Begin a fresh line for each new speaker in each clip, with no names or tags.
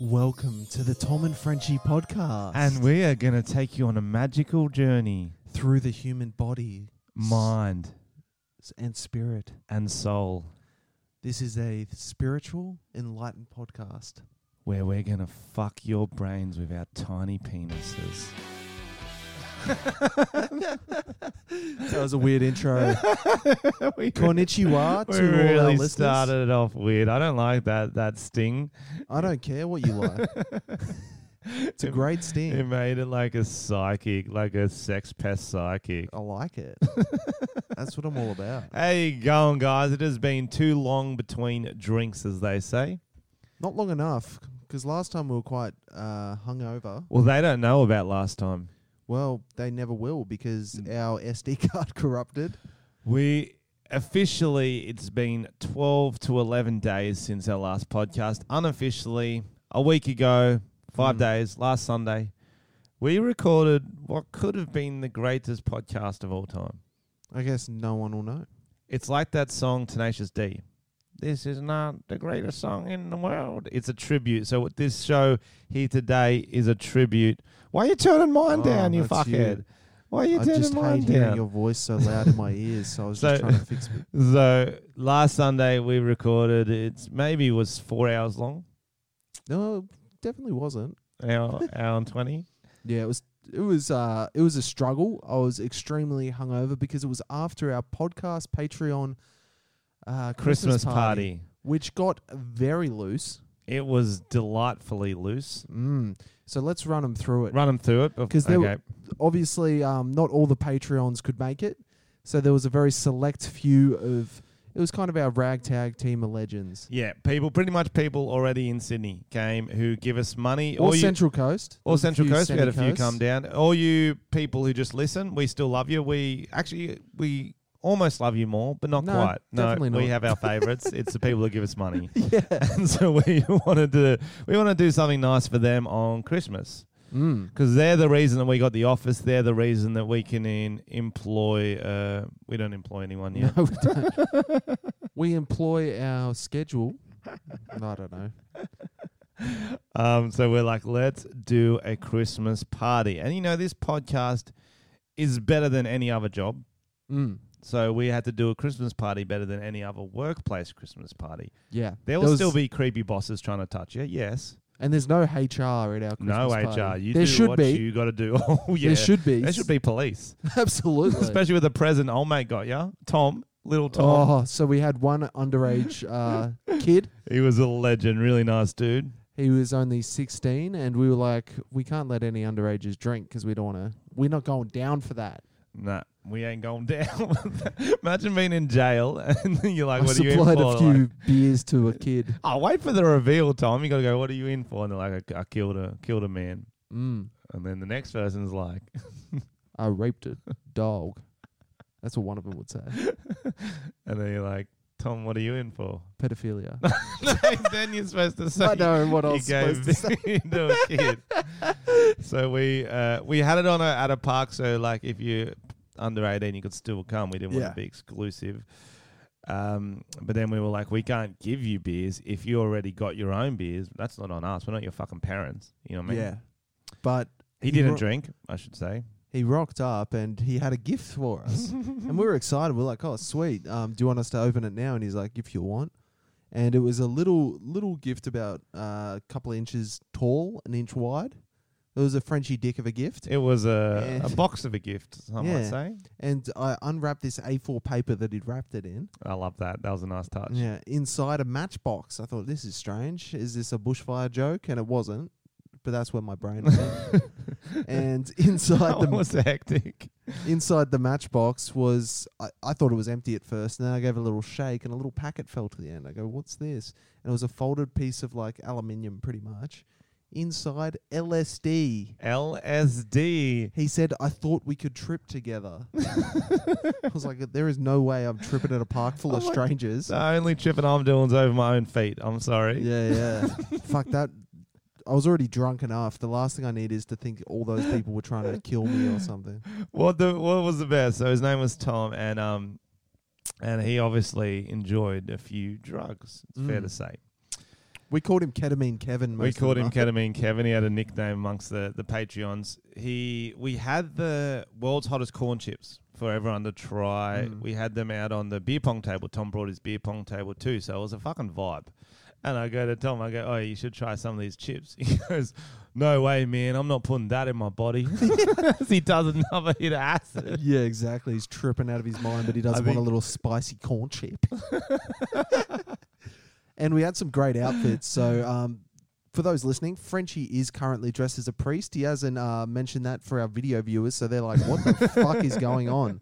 Welcome to the Tom and Frenchie podcast.
And we are going to take you on a magical journey
through the human body
mind
s- and spirit.
and soul
This is a spiritual, enlightened podcast.
where we're going to fuck your brains with our tiny penises.
That was a weird intro.
we
Konnichiwa to all our listeners.
started it off weird. I don't like that that sting.
I don't care what you like. It's a great
It
sting.
made it like a psychic, like a sex pest psychic.
I like it. That's what I'm all about.
Hey, going guys. It has been too long between drinks, as they say.
Not long enough, because last time we were quite uh, hungover.
Well, they don't know about last time.
Well, they never will because our SD card corrupted.
We officially, it's been 12 to 11 days since our last podcast. Unofficially, a week ago, five
Mm.
days, last Sunday, we recorded what could have been the greatest podcast of all time.
I guess no one will know.
It's like that song, Tenacious D. This is not the greatest song in the world. It's a tribute. So, what this show here today is a tribute. Why are you turning mine
Oh,
down, you
that's you.
fuckhead? Why are you
I
turning
just
mine
hate
down?
hearing your voice so loud in my ears, so I was just
So-
trying to fix it.
So last Sunday we recorded. It's maybe was four hours long,
No, it definitely wasn't.
an hour, hour and twenty.
Yeah, it was. It was. Uh, it was a struggle. I was extremely hungover because it was after our podcast Patreon uh,
Christmas,
Christmas
party.
which got very loose.
It was delightfully loose.
Mm. So let's run them through it.
Run them through it
'Cause
okay.
there were- Obviously, um, not all the Patreons could make it, so there was a very select few of. It was kind of our ragtag team of legends,
yeah, people, pretty much people already in Sydney came who give us money.
or
All you,
Central Coast, There
all
was a
Central
few
Coast, we had a few
semi-coasts.
come down. All you people who just listen, we still love you. We actually we almost love you more, but not
No,
quite. No,
definitely not.
we have our favourites. it's the people who give us money.
Yeah.
and so we wanted to we want to do something nice for them on Christmas
Mm.
because they're the reason that we got the office. They're the reason that we can in, employ. Uh, we don't employ anyone yet.
No, we don't. we employ our schedule. I don't know.
Um, so we're like, let's do a Christmas party, and you know this podcast is better than any other job.
Mm.
So we had to do a Christmas party better than any other workplace Christmas party.
Yeah.
There will
There was-
still be creepy bosses trying to touch you. Yes.
And there's no HR at our Christmas
no HR.
party.
You
there
do
should
what
be.
you got to do. oh yeah.
There should be.
there should be police.
Absolutely.
Especially with the present old mate got ya, Tom, little Tom.
oh, so we had one underage uh, kid.
He was a legend, really nice dude.
He was only 16, and we were like, we can't let any underages drink because we don't want to. We're not going down for that.
Nah, we ain't going down. with that. Imagine being in jail and you're like,
I
"What are you in for?"
supplied a
They're
few
Like,
beers to a kid.
oh, wait for the reveal, Tom. You gotta go. What are you in for? And they're like, "I, I killed a killed a man."
Mm,
And then the next person's like,
I raped a dog. That's what one of them would say.
and then you're like, "Tom, what are you in for?"
Pedophilia.
No, then you're supposed to say,
I know what I
He
was supposed to say.
to a kid. so we uh, we had it on a, at a park. So like if you under eighteen, you could still come. We didn't
Yeah.
want to be exclusive. Um, but then we were like, we can't give you beers if you already got your own beers. That's not on us. We're not your fucking parents. You know what I mean?
Yeah. But
He,
He
didn't
ro-
drink, I should say.
he rocked up and he had a gift for us. and we were excited. We're like, oh, sweet. Um, do you want us to open it now? And he's like, if you want. And it was a little little gift about uh, a couple of inches tall, an inch wide. It was a Frenchy dick of a gift.
It was a,
Yeah.
a box of a gift. Some
Yeah.
might say.
And I unwrapped this A4 paper that he'd wrapped it in.
I love that. That was a nice touch.
Yeah, inside a matchbox. I thought, this is strange. Is this a bushfire joke? And it wasn't. But that's where my brain went. and inside the
That was hectic.
inside the matchbox was I, I thought it was empty at first and then i gave it a little shake and a little packet fell to the end i go what's this and it was a folded piece of like aluminium pretty much inside lsd
LSD.
he said i thought we could trip together i was like there is no way i'm tripping at a park full of
Oh my-
strangers
The only tripping I'm doing is over my own feet. I'm sorry.
yeah yeah fuck that I was already drunk enough. The last thing I need is to think all those people were trying to kill me or something.
What the what was the best? So his name was Tom, and um, and he obviously enjoyed a few drugs. It's fair
Mm.
to say.
We called him Ketamine Kevin.
We
most of
called
the
him
time.
Ketamine Kevin. He had a nickname amongst the, the Patreons. He we had the world's hottest corn chips for everyone to try.
Mm.
We had them out on the beer pong table. Tom brought his beer pong table too, so it was a fucking vibe. And I go to Tom, I go, Oh, you should try some of these chips. He goes, No way, man, I'm not putting that in my body. he does another hit of acid.
Yeah, exactly. He's tripping out of his mind, but he does
I
want a
think-
little spicy corn chip. and we had some great outfits. So, um, for those listening, Frenchie is currently dressed as a priest. He hasn't uh, mentioned that for our video viewers, so they're like, "What the fuck is going on?"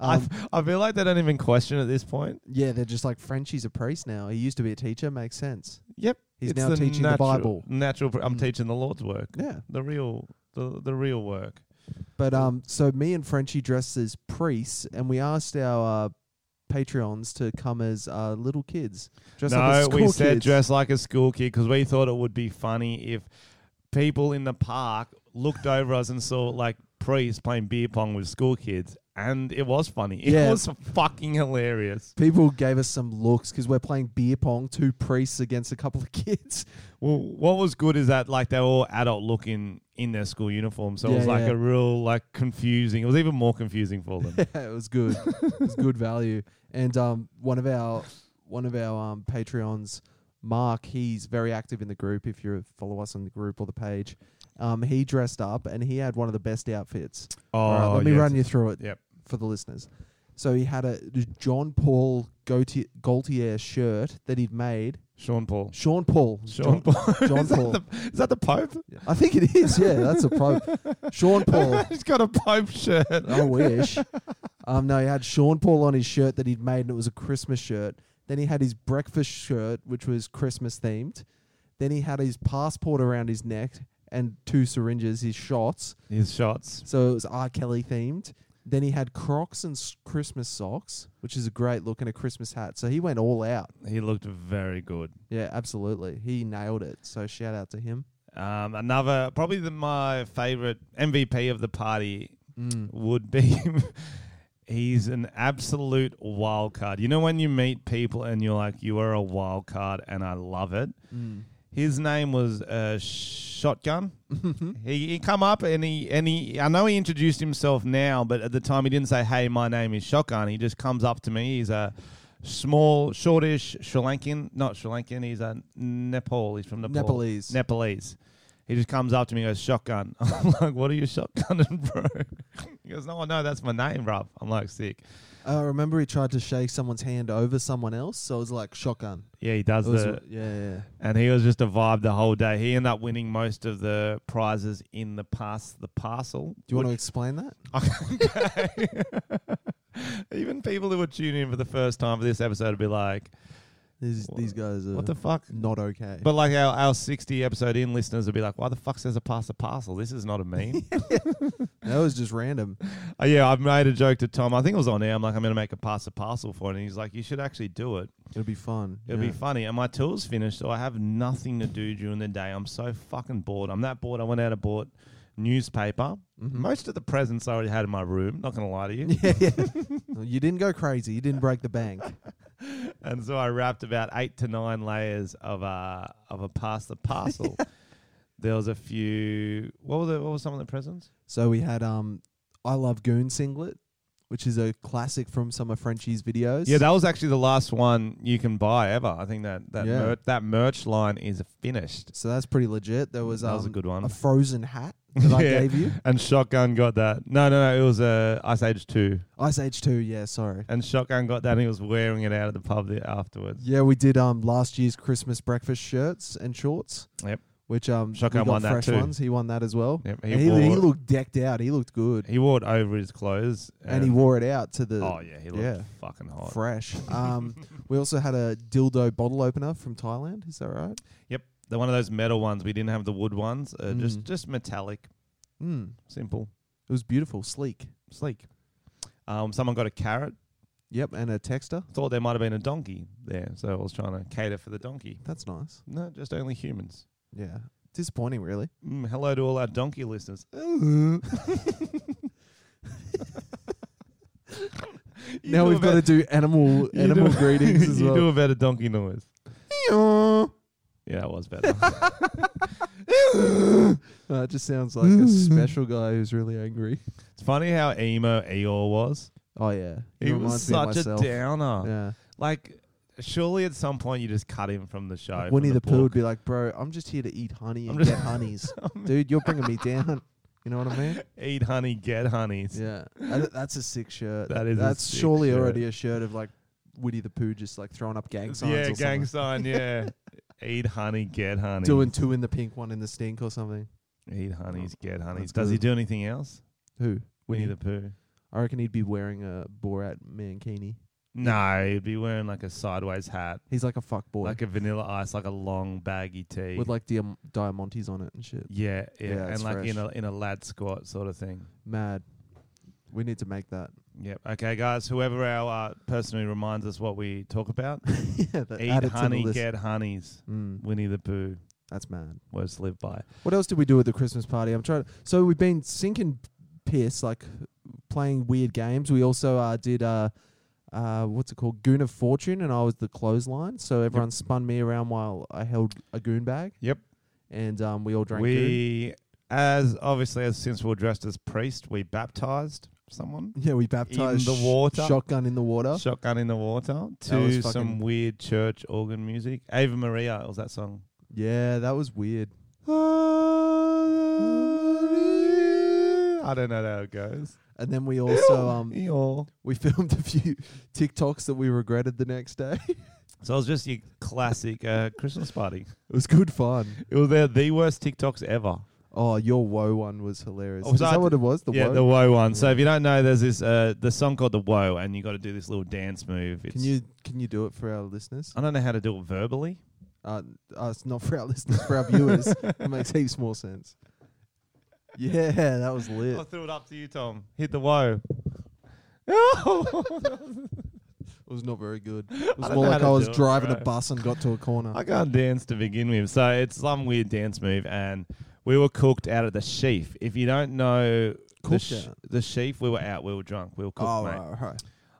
I
Um,
f- I feel like they don't even question at this point.
yeah, they're just like Frenchie's a priest now. He used to be a teacher. Makes sense.
Yep.
He's
it's
now teaching the
natural-
Bible.
Natural. pr- I'm
Mm.
teaching the Lord's work.
Yeah,
the real the, the real work.
but um, so me and Frenchie dressed as priests, and we asked our uh, Patreons to come as uh, little kids. Dressed up as
no, we
school
said
kids.
dress like a school kid because we thought it would be funny if people in the park looked over us and saw like priests playing beer pong with school kids, and it was funny. It
Yeah.
was fucking hilarious.
People gave us some looks because we're playing beer pong, two priests against a couple of kids.
Well, what was good is that like they were all adult looking in their school uniform, so it was
Yeah,
like
yeah.
a real like confusing. It was even more confusing for them.
Yeah, it was good. it was good value. And um, one of our one of our um, Patreons, Mark, he's very active in the group. If you follow us on the group or the page, um, he dressed up and he had one of the best outfits. All right, let me
Oh, yes.
run you through it
Yep.
for the listeners. So he had a John Paul Gaultier, Gaultier shirt that he'd made.
Sean Paul.
Sean Paul.
Sean Paul.
John, John
is, that
Paul.
the, is that the Pope?
I think it is. Yeah, that's a pro. Sean Paul.
He's got a Pope shirt.
I wish. Um, no, he had Sean Paul on his shirt that he'd made, and it was a Christmas shirt. Then he had his breakfast shirt, which was Christmas themed. Then he had his passport around his neck and two syringes, his shots.
His shots.
So it was R. Kelly themed. Then he had Crocs and s- Christmas socks, which is a great look, and a Christmas hat. So he went all out.
He looked very good.
Yeah, absolutely. He nailed it. So shout out to him.
Um, another, probably the, my favorite MVP of the party
Mm.
would be he's an absolute wild card. You know, when you meet people and you're like, you are a wild card and I love it.
Mm.
His name was uh, Shotgun. he, he come up and he and he. I know he introduced himself now, but at the time he didn't say, "Hey, my name is Shotgun." He just comes up to me. He's a small, shortish Sri Lankan, not Sri Lankan. He's a Nepal. He's from Nepal.
Nepalese.
Nepalese. He just comes up to me and goes, shotgun. I'm like, what are you shotgunning, bro? He goes, no, no, that's my name, bruv. I'm like, sick.
I remember he tried to shake someone's hand over someone else, so it was like shotgun.
Yeah, he does
It was-
the,
yeah, yeah.
and he was just a vibe the whole day. He ended up winning most of the prizes in the pass, the parcel.
Do you want to explain that?
Okay. Even people who are tuning in for the first time for this episode would be like,
These
Wha-
these guys are
what the fuck?
not okay.
But like our, our 60 episode in listeners would be like, why the fuck says a pass the parcel? This is not a meme.
that was just random.
Uh, yeah, I've made a joke to Tom. I think it was on air. I'm like, I'm going to make a pass the parcel for it. And he's like, you should actually do it.
It'll be fun.
It'll
yeah.
be funny. And my tool's finished, so I have nothing to do during the day. I'm so fucking bored. I'm that bored. I went out and bought newspaper.
Mhm.
Most of the presents I already had in my room. Not going to lie to you.
yeah, yeah. Well, you didn't go crazy. You didn't break the bank.
and so I wrapped about eight to nine layers of a of a pass the parcel. there was a few. What were the, what were some of the presents?
So we had um, I love Goon singlet, which is a classic from some of Frenchie's videos.
Yeah, that was actually the last one you can buy ever. I think that that
Yeah.
mer- that merch line is finished.
so that's pretty legit. There was
that
um,
was a good one.
a frozen hat that I
Yeah.
gave you.
and Shotgun got that. No, no, no. It was uh, Ice Age two,
Ice Age two. Yeah, sorry.
and Shotgun got that. and He was wearing it out at the pub the, afterwards.
Yeah, we did um last year's Christmas breakfast shirts and shorts.
Yep.
Which um
Shotgun
we got
won that
fresh
too.
ones. He won that as well.
Yep,
He,
he
he,
wore
he
it.
looked decked out. He looked good.
He wore it over his clothes,
and he wore it out to the
Oh yeah, he looked
yeah.
fucking hot.
fresh. Um, we also had a dildo bottle opener from Thailand. Is that right?
Yep, they're one of those metal ones. We didn't have the wood ones. Uh, Just
Mm.
just metallic,
Mm.
simple,
It was beautiful, sleek.
sleek. Um, someone got a carrot.
Yep, and a texter.
Thought there might have been a donkey there, so I was trying to cater for the donkey.
That's nice.
No, just only humans.
Yeah, disappointing, really.
Mm, hello to all our donkey listeners. You
now
do a
we've got to do animal
bet- you
animal
do-
greetings as
you do
well.
a better donkey noise. Yeah, it was better.
Uh, it just sounds like a special guy who's really angry.
it's funny how emo Eeyore was.
Oh yeah,
He was
reminds me of
such a
myself.
downer.
Yeah,
Like, surely at some point you just cut him from the show.
Like
from
Winnie the, Pooh
book.
would be like, "Bro, I'm just here to eat honey
I'm
and
just-
get honeys, dude. You're bringing me down. You know what I mean?
Eat honey, get honeys.
Yeah, That- that's a sick shirt.
That is a
That's
sick
surely
shirt.
already a shirt of like Winnie the Pooh just like throwing up gang signs.
yeah,
or
gang
something.
sign. Yeah, eat honey, get honey.
Doing two in the pink, one in the stink, or something.
eat honeys, get
That's
honeys. Does he
good.
do anything else?
Who?
Winnie the Pooh.
I reckon he'd be wearing a Borat mankini.
No, he'd be wearing like a sideways hat,
He's like a fuck boy
like a vanilla ice, like a long baggy tee.
with like Diam- diamantes on it and shit.
yeah, yeah,
Yeah,
and
it's
like in a
fresh.
in a lad squat sort of thing.
Mad. We need to make that.
Yep. Okay, guys. Whoever our uh, person who reminds us what we talk about,
yeah, that
eat
add it to the
honey,
list.
get honeys.
Mm,
Winnie the Pooh.
that's mad.
Words to live by.
What else did we do at the Christmas party? I'm trying. So we've been sinking piss, like playing weird games. We also uh, did uh, uh, what's it called, Goon of Fortune, and I was the clothesline. So everyone spun me around while I held a goon bag.
Yep.
And um, we all drank. goon.
we, as obviously as since we were dressed as priest, we baptized someone,
Yeah, we baptized
the
sh-
water.
shotgun in the water.
shotgun in the water
was
to some
fucking-
weird church organ music. Ava Maria was that song.
yeah, that was weird.
I don't know how it goes.
And then we also um,
Eeyore.
we filmed a few TikToks that we regretted the next day.
So it was just your classic uh, Christmas party.
It was good fun.
It was the, the worst TikToks ever.
Oh, your woe one was hilarious.
Oh,
Is
was that-
that what it was? The
yeah,
woe.
the Woe one. So
Yeah.
if you don't know, there's this uh, the song called the Woe, and you got to do this little dance move. It's,
can you can you do it for our listeners?
I don't know how to do it verbally.
Uh, us not for our listeners, for our viewers. it makes heaps more sense. Yeah, that was lit.
I threw it up to you, Tom. Hit the woe.
It was not very good. It was
don't
more
know
like
how
I was
to do it,
driving
bro.
a bus and got to a corner. Oh,
I can't dance to begin with, so it's some weird dance move, and we were cooked out of the sheaf. If you don't know the,
Cooked out?
the sheaf, we were out, we were drunk, we were cooked,
oh,
mate.
right,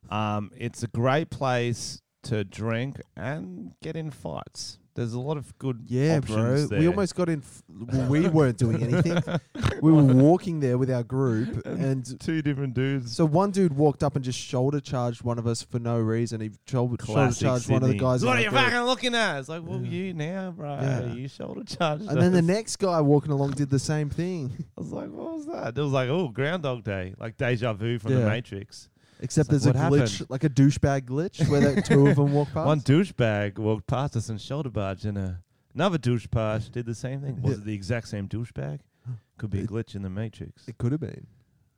right.
Um, it's a great place to drink and get in fights. There's a lot of good
Yeah, bro.
options there.
We almost got in. F- well, we weren't doing anything. we were walking there with our group, and
two different dudes.
So one dude walked up and just shoulder charged one of us for no reason. He shoulder, shoulder
Classic
charged one of the
Sydney.
guys. in
What are
our
you
group.
fucking looking at? It's like, well,
Yeah.
you now, bro.
Yeah.
You shoulder charged.
And then the
us.
next guy walking along did the same thing,
I was like, what was that? It was like, oh, Groundhog Day, like deja vu from the
Yeah.
Matrix.
except
It's
there's
like,
a
what
glitch,
happened?
like a douchebag glitch, where that two of them walk past.
One douchebag walked past us and shoulder barged, and uh, another douchebag did the same thing. Was
Yeah.
it the exact same douchebag? Could be a
It-
glitch in the Matrix.
it could have been.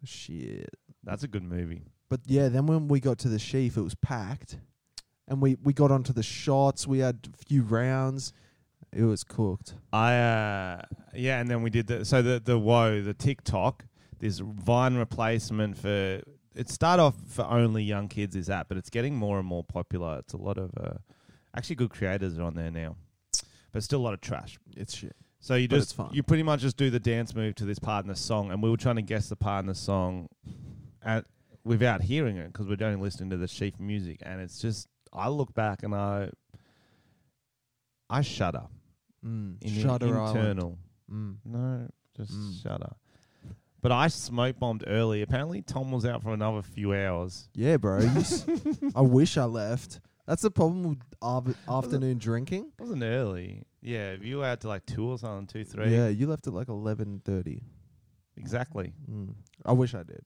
Shit.
That's a good movie.
But yeah, then when we got to the sheaf, it was packed, and we we got onto the shots. We had a few rounds. It was cooked.
I uh, yeah, and then we did the so the the whoa the TikTok this Vine replacement for it started off for only young kids is that, but it's getting more and more popular. It's a lot of uh, actually good creators are on there now, but still a lot of trash.
It's shit.
So you
But
just
it's fun.
you pretty much just do the dance move to this part in the song, and we were trying to guess the part in the song, at without hearing it because we're only listening to the sheaf music, and it's just I look back and I I shudder
Mm.
in
Shutter
the
Island.
internal.
Mm.
No, just
Mm.
shudder. But I smoke bombed early. Apparently Tom was out for another few hours.
Yeah, bro. You s- I wish I left. That's the problem with arv- afternoon drinking.
It wasn't early. Yeah, if you were out to like two or something, two, three.
Yeah, you left at like eleven thirty.
Exactly.
Mm. I wish I did.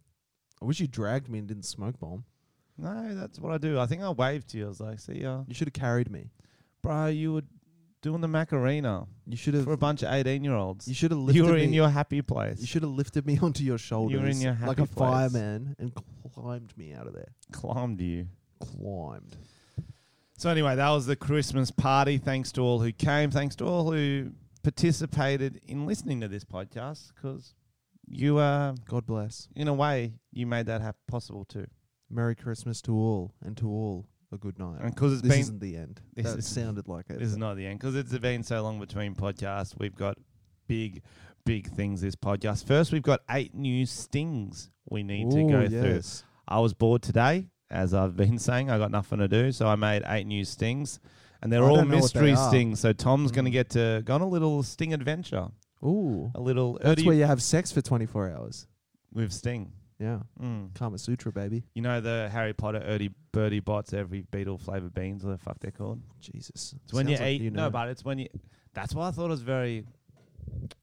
I wish you dragged me and didn't smoke bomb.
No, that's what I do. I think I waved to you. I was like, see ya.
You should have carried me.
Bro, you were doing the Macarena
You should
for a
have.
bunch of 18 year olds.
You should have lifted
You were
me.
in your happy
you
place.
should have lifted me onto your shoulders.
your
like
happy
a
place.
fireman and climbed me out of there.
Climbed you.
Climbed.
So, anyway, that was the Christmas party. Thanks to all who came. Thanks to all who participated in listening to this podcast because you, uh,
God bless.
in a way, you made that hap- possible too.
Merry Christmas to all, and to all a good night.
And because it's
this
been.
isn't the end.
this
that
is-
sounded like it.
This is not the end because it's been so long between podcasts. We've got big, big things this podcast. First, we've got eight new stings we need to
Ooh,
go through.
yes.
I was bored today, as I've been saying. I got nothing to do, so I made eight new stings. and they're
I
all
don't know what they
mystery
are.
stings. So Tom's going to get to go on a little sting adventure,
Ooh,
a little
that's
early
where you have sex for 24 hours.
with Sting.
Yeah,
Mm.
Kama Sutra, baby.
You know the Harry Potter early birdie bots, every beetle flavored beans, or the fuck they're called.
Jesus,
It's when you
Sounds like
eat.
know.
No, but it's when you. That's why I thought it was very,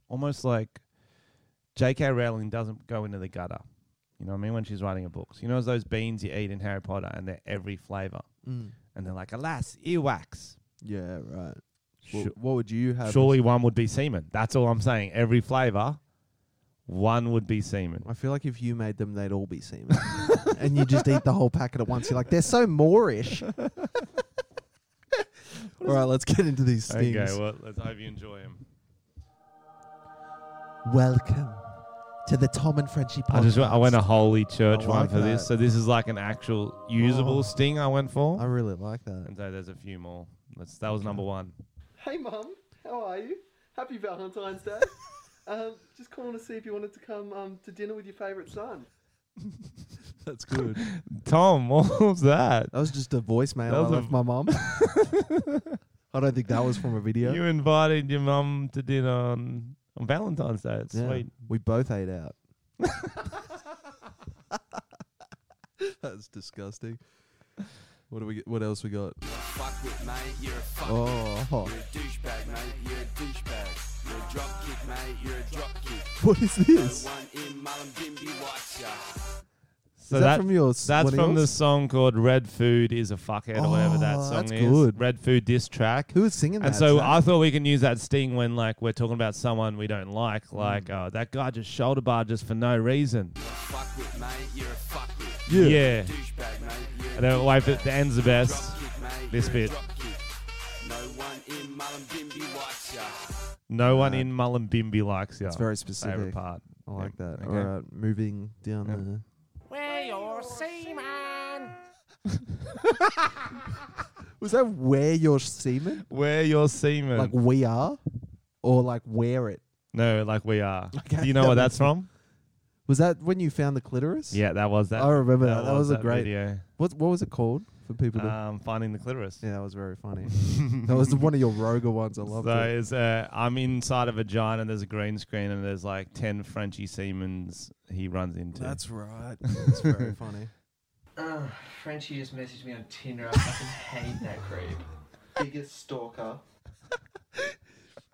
almost like, J.K. Rowling doesn't go into the gutter. You know what I mean? When she's writing her books, you know it's those beans you eat in Harry Potter, and they're every flavor,
Mm.
and they're like, alas, earwax.
Yeah, right.
Sure-
What, what would you have?
Surely one would be semen. That's all I'm saying. Every flavor, one would be semen.
I feel like if you made them, they'd all be semen. and you just eat the whole packet at once. You're like, they're so Moorish. all right, let's get into these things.
Okay, well, let's hope you enjoy them.
Welcome to the Tom and Frenchie podcast.
I just went, I went a holy church
I
one
like
for this,
that.
so this is like an actual usable
Oh.
sting I went for.
I really like that.
And so there's a few more. That's, that was number one.
Hey, Mum, how are you? Happy Valentine's Day. um, just calling to see if you wanted to come um, to dinner with your favourite son.
That's good.
Tom, what was that?
That was just a voicemail
That was
I
a-
left my mum. I don't think that was from a video.
You invited your mum to dinner on, on Valentine's Day. It's
Yeah,
sweet.
We both ate out. That's disgusting. What do we? Get, what else we got?
Fuck with mate, you're a fuck.
Oh,
You're a douchebag, mate. You're a douchebag. You're a dropkick, mate. You're a dropkick.
what is
No
this?
one in Mullumbimby watch ya.
So
is that, from your? s-
that's
one of
from the
yours?
song called Red Food is a Fuckhead or whatever that
Oh,
song
that's
is.
good.
Red Food diss track.
Who was singing that?
and so
Zach?
I thought we can use that sting when like we're talking about someone we don't like,
Mm.
like oh that guy just shoulder barred just for no reason.
Fuck with mate, you're a fuck with.
Yeah.
yeah.
Douchebag, mate. You're
And then wait for the end's the
a
best.
dropkick, mate.
This
you're a
bit.
dropkick. No one in Mullumbimby watch ya.
No one in Mullumbimby likes you.
it's very
favorite
specific.
part.
I like that.
okay.
All right, moving down
Yeah.
the.
We're your seaman.
Was that where your semen?
Where your semen?
Like we are, or like wear it?
no, like we are.
Okay,
Do you know
that
where
makes
that's from?
Was that when you found the clitoris?
Yeah, that was that.
I remember that. That was a great-
video.
What What was it called for people to?
Um, finding the clitoris.
yeah, that was very funny. that was one of your rogue ones. I loved
So
it.
it's, uh, I'm inside a vagina and there's a green screen and there's like 10 Frenchy Siemens he runs into.
right. That's very funny.
Oh, Frenchie just messaged me on Tinder. I fucking hate that creep.
Biggest stalker.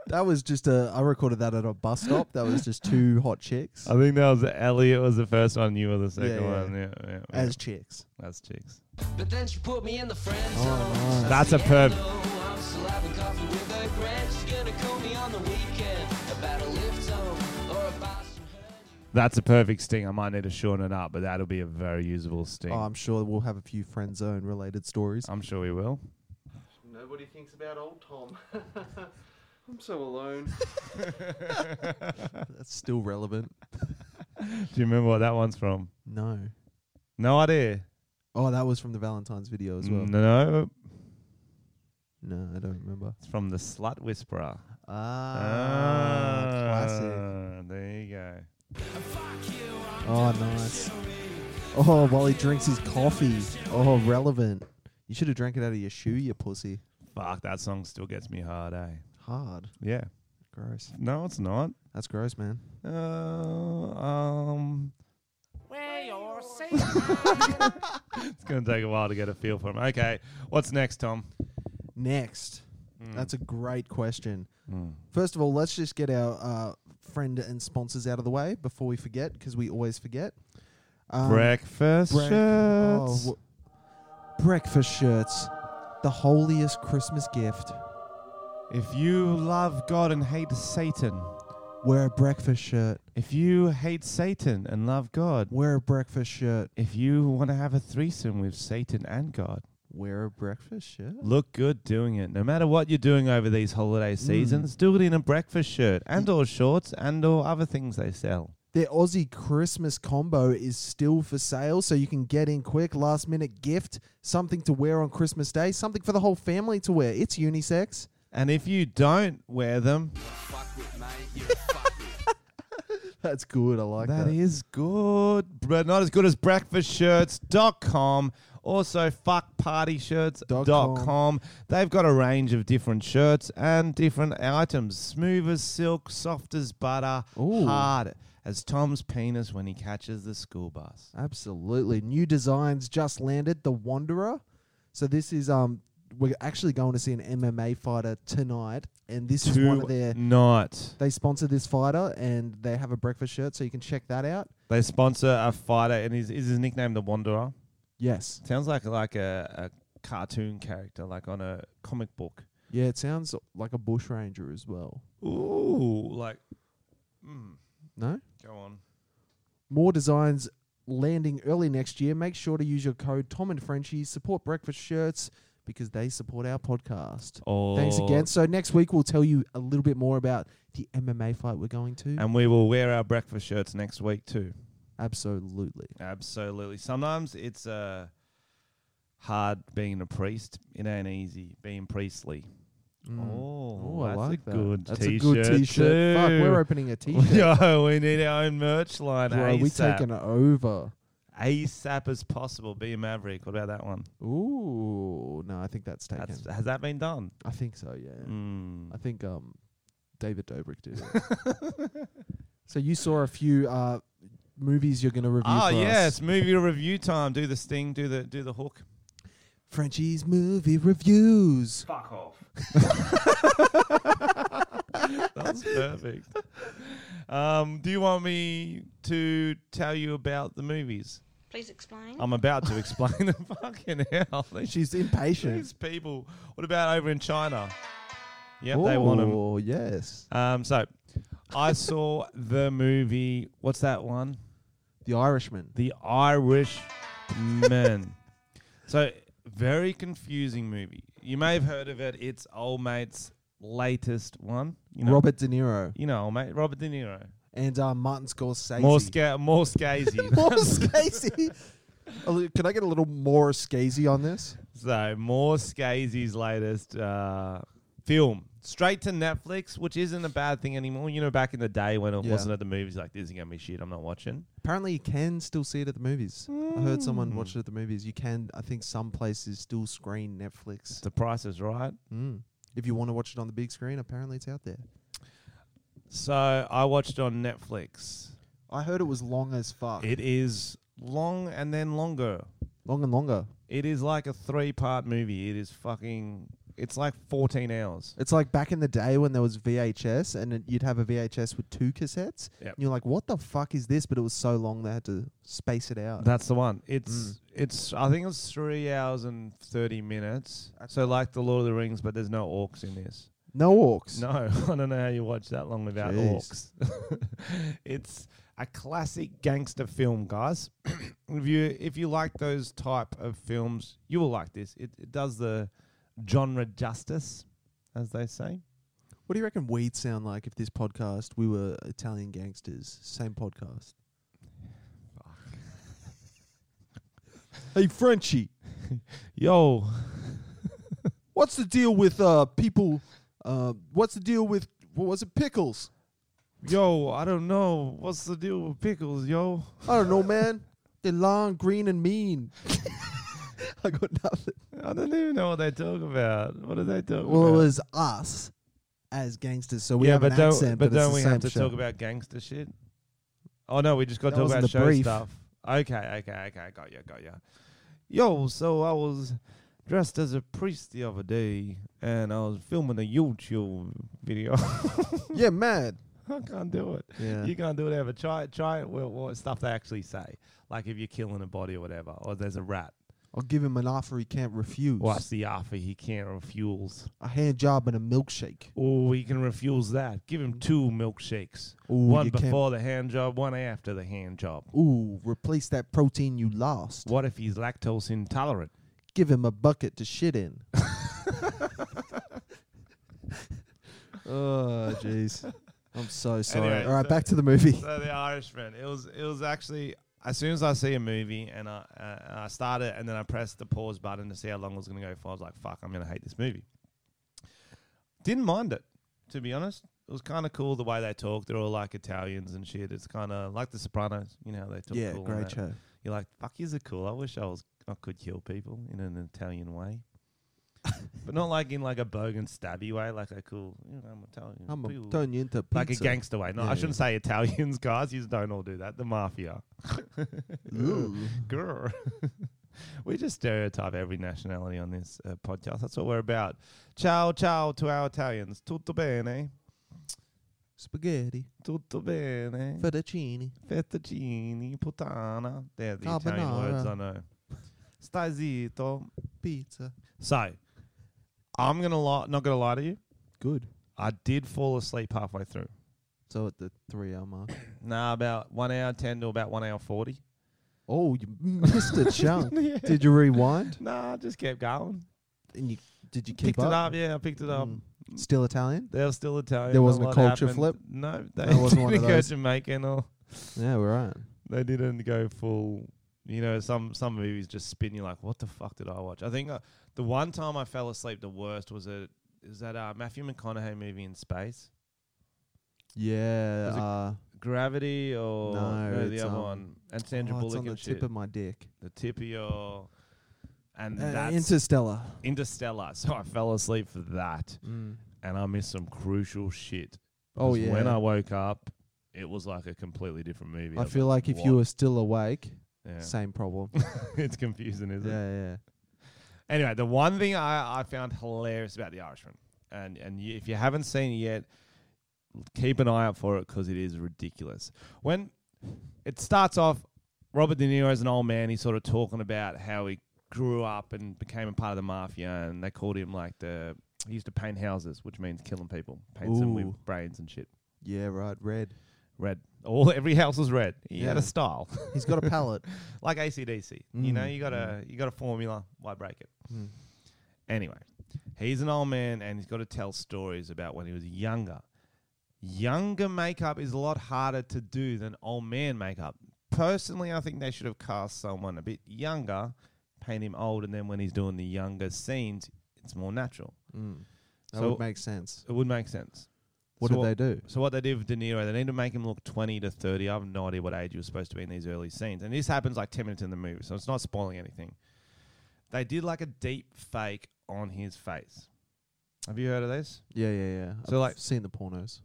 That was just a. I recorded that at a bus stop. That was just two hot chicks
I think that was Elliot was the first one, you were the second
yeah.
one. Yeah, yeah, yeah.
as chicks.
That's chicks.
But then she put me in the friend
Oh,
zone.
nice.
That's a perv.
Hello, I'm still having coffee with her. Grant's gonna call me on the weekend about a lift home or about some
That's a perfect sting. I might need to shorten it up, but that'll be a very usable sting.
Oh, I'm sure we'll have a few friend zone related stories.
I'm sure we will.
Nobody thinks about old Tom. I'm so alone.
That's still relevant.
Do you remember what that one's from?
No.
No idea.
Oh, that was from the Valentine's video as well.
No,
No, I don't remember.
it's from the Slut Whisperer.
Ah, classic.
Ah, There you go.
Oh, nice. Oh, while he drinks his coffee. Oh, relevant. You should have drank it out of your shoe, you pussy.
Fuck, that song still gets me hard, eh?
Hard.
Yeah.
Gross.
No, it's not.
That's gross, man.
Uh, um,
We're your seaman.
it's going to take a while to get a feel for him. Okay, what's next, Tom?
Next. That's a great question. First of all, let's just get our uh, friend and sponsors out of the way before we forget, because we always forget. Um,
breakfast
brec- oh,
shirts.
wh- breakfast shirts. The holiest Christmas gift.
if you love God and hate Satan,
Wear a breakfast shirt.
if you hate Satan and love God,
Wear a breakfast shirt.
if you want to have a threesome with Satan and God,
Wear a breakfast shirt?
look good doing it. No matter what you're doing over these holiday
Mm.
seasons, do it in a breakfast shirt and or shorts and or other things they sell.
Their Aussie Christmas combo is still for sale, so you can get in quick. Last minute gift, something to wear on Christmas Day, something for the whole family to wear. It's unisex.
And if you don't wear them,
Fuck with mate, you're a fuck with.
That's good. I like
that is good, but not as good as breakfastshirts.com. Also,
Dot
fuckpartyshirts.com. They've got a range of different shirts and different items. Smooth as silk, soft as butter,
Ooh.
hard as Tom's penis when he catches the school bus.
Absolutely. New designs just landed. The Wanderer. So this is um we're actually going to see an MMA fighter tonight, and this is one of their
mm. Not.
they sponsor this fighter and they have a breakfast shirt, so you can check that out.
They sponsor a fighter, and his, is his nickname the Wanderer?
Yes.
Sounds like like a, a cartoon character, like on a comic book.
Yeah, it sounds like a bush ranger as well.
Ooh, like, mm,
No?
go on.
More designs landing early next year. Make sure to use your code Tom and Frenchie. Support breakfast shirts because they support our podcast.
Oh,
Thanks again. So next week we'll tell you a little bit more about the MMA fight we're going to.
And we will wear our breakfast shirts next week too.
Absolutely.
Absolutely. Sometimes it's uh, hard being a priest. It ain't easy being priestly. Oh,
Oh,
that's
I like
a
that.
good
That's a
t-shirt.
good t-shirt. Fuck,
too.
we're opening a t-shirt.
Yo, we need our own merch line
Bro,
ASAP.
we taking it over.
ASAP as possible. Be a maverick. What about that one?
Ooh, no, I think that's taken.
That's, has that been done?
I think so. Yeah,
Mm.
I think um, David Dobrik did. it. so you saw a few uh movies you're gonna review.
Oh
for
yeah,
us.
it's movie review time. Do the sting. Do the do the hook.
Frenchie's movie reviews.
Fuck off.
That's perfect. Um, do you want me to tell you about the movies?
Please explain.
I'm about to explain the fucking hell. These,
She's impatient.
these people. What about over in China? Yep, they want them.
Oh yes,
Um, so I saw the movie. What's that one?
The Irishman.
The Irishman. so very confusing movie. You may have heard of it. It's old mate's latest one. You know,
Robert De Niro
You know, old mate Robert De Niro.
and uh, Martin Scorsese.
More sca- more scazy.
More Scorsese. A li- Can I get a little more Scorsese on this?
so more scazy's latest uh, film. Straight to Netflix, which isn't a bad thing anymore. You know, back in the day when it
Yeah.
wasn't at the movies, like this is gonna be shit. I'm not watching.
Apparently, you can still see it at the movies. I heard someone watched it at the movies. You can, I think, some places still screen Netflix.
The Price is Right.
Mm. If you want to watch it on the big screen, apparently it's out there.
So I watched it on Netflix.
I heard it was long as fuck.
It is long and then longer.
long and longer.
It is like a three part movie. It is fucking. It's like 14 hours.
It's like back in the day when there was VHS and it, you'd have a VHS with two cassettes.
Yep.
And you're like, what the fuck is this? But it was so long they had to space it out.
That's the one. It's it's. I think it's three hours and 30 minutes. So like the Lord of the Rings, but there's no orcs in this.
no orcs.
No, I don't know how you watch that long without
Jeez.
orcs. it's a classic gangster film, guys. if you if you like those type of films, you will like this. It, it does the genre justice, as they say.
What do you reckon we'd sound like if this podcast, we were Italian gangsters? Same podcast. hey, Frenchie.
Yo,
What's the deal with uh people? Uh, what's the deal with what was it? Pickles?
yo, I don't know what's the deal with pickles, yo.
I don't know, man. They're long, green, and mean. I got nothing.
I don't even know what they talk about. What are they talking
Well, it
about?
was us as gangsters, so we
Oh, yeah,
have
but
an
don't
accent,
but,
it's
don't
the
we have
same
to
show.
talk about gangster shit? Oh no, we just got to
That
talk
was in
about
the
show
brief.
stuff. Okay, okay, okay, got ya, got ya. Yo, so I was dressed as a priest the other day, and I was filming a YouTube video.
Yeah, mad.
I can't do it.
Yeah.
You can't do it ever. Try it. Try it. Well, well, stuff they actually say, like if you're killing a body or whatever, or there's a rat.
I'll give him an offer he can't refuse.
What's the offer he can't refuse?
A hand job and a milkshake.
Oh, he can refuse that. Give him two milkshakes.
Ooh,
one
you can't-
before the hand job, one after the hand job.
Ooh, replace that protein you lost.
What if he's lactose intolerant?
Give him a bucket to shit in. oh, jeez. I'm so sorry.
Anyway,
All right,
so-
back to the movie.
So the Irishman. It was it was actually as soon as I see a movie and I uh, and I start it and then I press the pause button to see how long it was going to go for. I was like, fuck, I'm going to hate this movie. Didn't mind it, to be honest. it was kind of cool the way they talk. They're all like Italians and shit. It's kind of like The Sopranos. You know, how they talk.
yeah,
cool and
great
that.
show.
You're like, fuck, yous are cool. I wish I was, I could kill people in an Italian way, but not like in like a bogan stabby way, like a cool. You know, I'm Italian.
I'm
people."
a, turn you into pizza.
like a gangster way. No,
Yeah,
I shouldn't say Italians, guys. You don't all do that. The mafia.
Ooh.
Grr. we just stereotype every nationality on this uh, podcast. That's what we're about. Ciao, ciao to our Italians. Tutto bene.
Spaghetti,
Tutto bene.
fettuccine.
Fettuccini, puttana. Eh,
Ah,
They're the Italian
Carbonara.
words I know. Stai zitto.
pizza.
So, I'm gonna li- not gonna lie to you.
Good.
I did fall asleep halfway through.
So at the three uh, hour mark.
Nah, about one hour ten to about one hour forty.
Oh, you missed a chunk. Oh. Did you rewind?
Nah, I just kept going.
And you did you keep
Picked it up, yeah. I picked it up.
Mm. Still Italian?
They were still Italian.
There wasn't a
lot
culture
happened.
flip?
No, they
There wasn't one
didn't
of
go
those?
Jamaican or
Yeah, we're right.
they didn't go full. You know, some some movies just spin you like, what the fuck did I watch? I think uh, the one time I fell asleep the worst was a is that uh, Matthew McConaughey movie in space,
Yeah.
Was it
Uh,
Gravity or
No,
the
it's,
other
um,
one, and
oh,
Sandra
it's
Bullock
on the
and
tip
shit,
of my dick.
the tip of your, and
Uh,
that's
Interstellar.
Interstellar. So I fell asleep for that, and I missed some crucial shit.
Oh
Because
yeah.
When I woke up, it was like a completely different movie.
I
was
feel like if you were
"What?"
still awake,
Yeah.
same problem.
it's confusing,
yeah,
isn't it?
yeah.
Anyway, the one thing I, I found hilarious about The Irishman, and and you, if you haven't seen it yet, keep an eye out for it because it is ridiculous. When it starts off, Robert De Niro is an old man. He's sort of talking about how he grew up and became a part of the mafia, and they called him like the he used to paint houses, which means killing people, paints them
Ooh.
with brains and shit.
Yeah, right. Red.
Red. All every house was red. He had
Yeah.
a style.
He's got a palate.
like ACDC. You know,
Mm,
you got a you got a formula. Why break it?
Mm.
Anyway, he's an old man and he's got to tell stories about when he was younger. Younger makeup is a lot harder to do than old man makeup. Personally, I think they should have cast someone a bit younger, paint him old, and then when he's doing the younger scenes, it's more natural.
Mm. That
So-
would make sense.
It would make sense.
What
So
did they do?
so what they did with De Niro, they need to make him look 20 to 30. I have no idea what age he was supposed to be in these early scenes. And this happens like 10 minutes in the movie, so it's not spoiling anything. They did like a deep fake on his face. Have you heard of this?
Yeah, yeah, yeah.
So,
I've
like-
seen the pornos.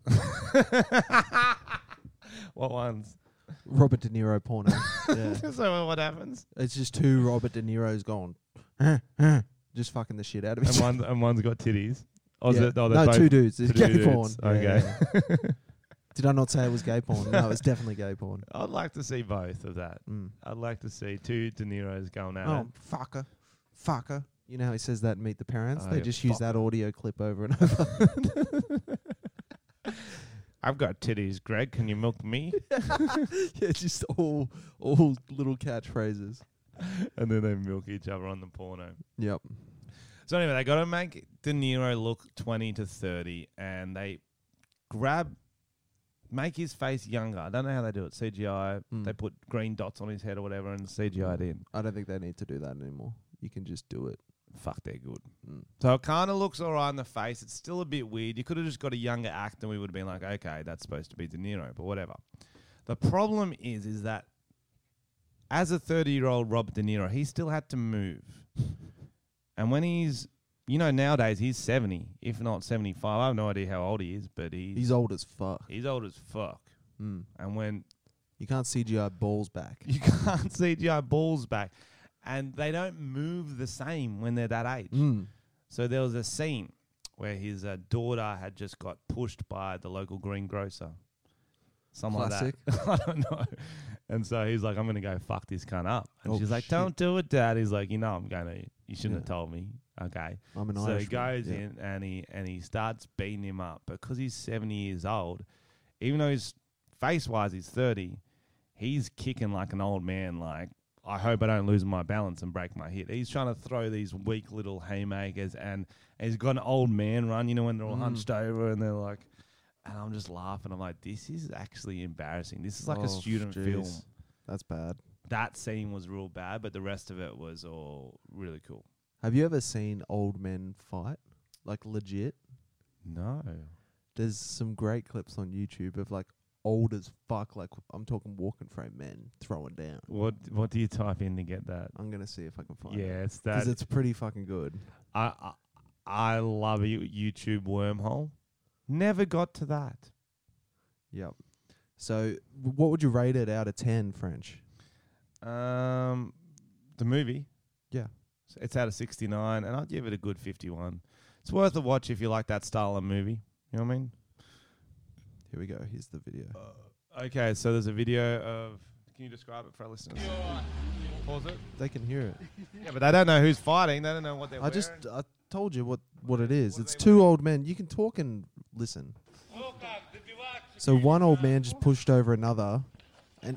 what ones?
Robert De Niro porno. yeah.
so what happens?
It's just two Robert De Niro's gone. just fucking the shit out of
And
each
one and one's got titties. Or is
Yeah.
it- oh, they're
no,
both
two dudes. It's
two
gay
dudes.
porn. Yeah,
Okay.
yeah. Did I not say it was gay porn? No, it's definitely gay porn.
I'd like to see both of that.
Mm.
I'd like to see two De Niro's going at it.
Oh, fucker. Fucker. You know how he says that in Meet the Parents?
Oh,
they
yeah,
just use
fuck.
that audio clip over and over.
I've got titties, Greg. Can you milk me?
yeah, just all all little catchphrases.
and then they milk each other on the porno.
Yep.
So anyway, they got to make De Niro look twenty to thirty, and they grab, make his face younger. I don't know how they do it. CGI.
Mm.
They put green dots on his head or whatever, and CGI it in.
I don't think they need to do that anymore. You can just do it.
Fuck, they're good.
Mm.
So it kind of looks alright on the face. It's still a bit weird. You could have just got a younger act, and we would have been like, okay, that's supposed to be De Niro, but whatever. The problem is, is that as a thirty-year-old Robert De Niro, he still had to move, and when he's you know, nowadays he's 70, if not 75. I have no idea how old he is, but he's,
He's old as fuck.
he's old as fuck.
Mm.
And when
You can't CGI balls back.
you can't CGI balls back, and they don't move the same when they're that age.
Mm.
So there was a scene where his uh, daughter had just got pushed by the local greengrocer. Something like that. I don't know. And so he's like, I'm going to go fuck this cunt up. And
Oh,
she's like,
shit.
Don't do it, dad. He's like, You know, I'm going to. You shouldn't have
Yeah.
told me. Okay.
I'm an
so
Irishman.
he goes
Yeah.
in and he, and he starts beating him up because he's 70 years old. Even though he's face wise, he's 30, he's kicking like an old man. Like, I hope I don't lose my balance and break my hip. He's trying to throw these weak little haymakers, and he's got an old man run, you know, when they're all
Mm.
hunched over and they're like, and I'm just laughing. I'm like, this is actually embarrassing. This is like
Oh,
a student
jeez.
film.
That's bad.
That scene was real bad, but the rest of it was all really cool.
Have you ever seen old men fight? Like legit?
No.
There's some great clips on YouTube of like old as fuck, like I'm talking walking frame men throwing down.
What What do you type in to get that?
I'm gonna see if I can find it.
Yeah, it's that.
Because it's pretty fucking good.
I, I I love a YouTube wormhole. Never got to that.
Yep. So, w- what would you rate it out of ten, French?
Um, the movie.
Yeah.
So It's out of 69, and I'd give it a good 51. It's worth a watch if you like that style of movie. You know what I mean?
Here we go. Here's the video.
Okay, so there's a video of. Can you describe it for our listeners? Pause it.
They can hear it.
Yeah, but they don't know who's fighting. They don't know what they're
I just
wearing.
I told you what what it is. It's two old men. You can talk and listen. So one old man just pushed over another, and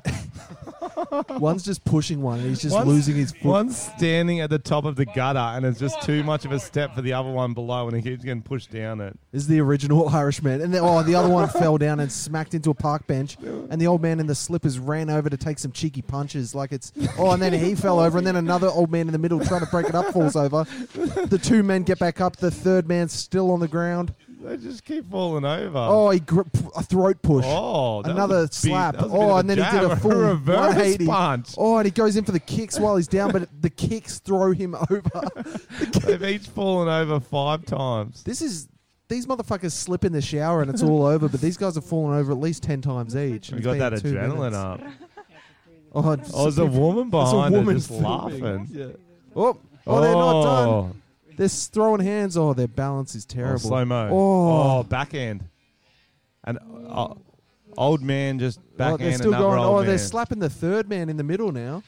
one's just pushing one, and he's just
One's-
losing his foot.
One's standing at the top of the gutter, and it's just too much of a step for the other one below, and he keeps getting pushed down it.
This is the original Irishman, and then oh, the other one fell down and smacked into a park bench, and the old man in the slippers ran over to take some cheeky punches, like it's oh, and then he fell over, and then another old man in the middle trying to break it up falls over. The two men get back up. The third man's still on the ground.
They just keep falling over.
Oh, he gri- p- a throat push.
Oh, that was
another
a big-
slap.
that was a bit of
oh,
a
and then he did
jab,
a full
reverse
180.
punch.
Oh, and he goes in for the kicks while he's down, but the kicks throw him over. Oh.
They've each fallen over five times.
this is these motherfuckers slip in the shower and it's all over, but these guys have fallen over at least ten times each.
We
It's
got
been
that
two
adrenaline
minutes.
up.
Oh, it's
Oh, there's a woman
there's a
behind her
woman
just
filming.
laughing.
Yeah. Oh, oh, they're not done.
Oh.
They're s- throwing hands. Oh, their balance is
Oh,
terrible.
slow mo.
Oh.
Oh. backhand. And uh, old man just
Oh,
backhand
they're still
another
going.
old
Oh,
man.
they're slapping the third man in the middle now,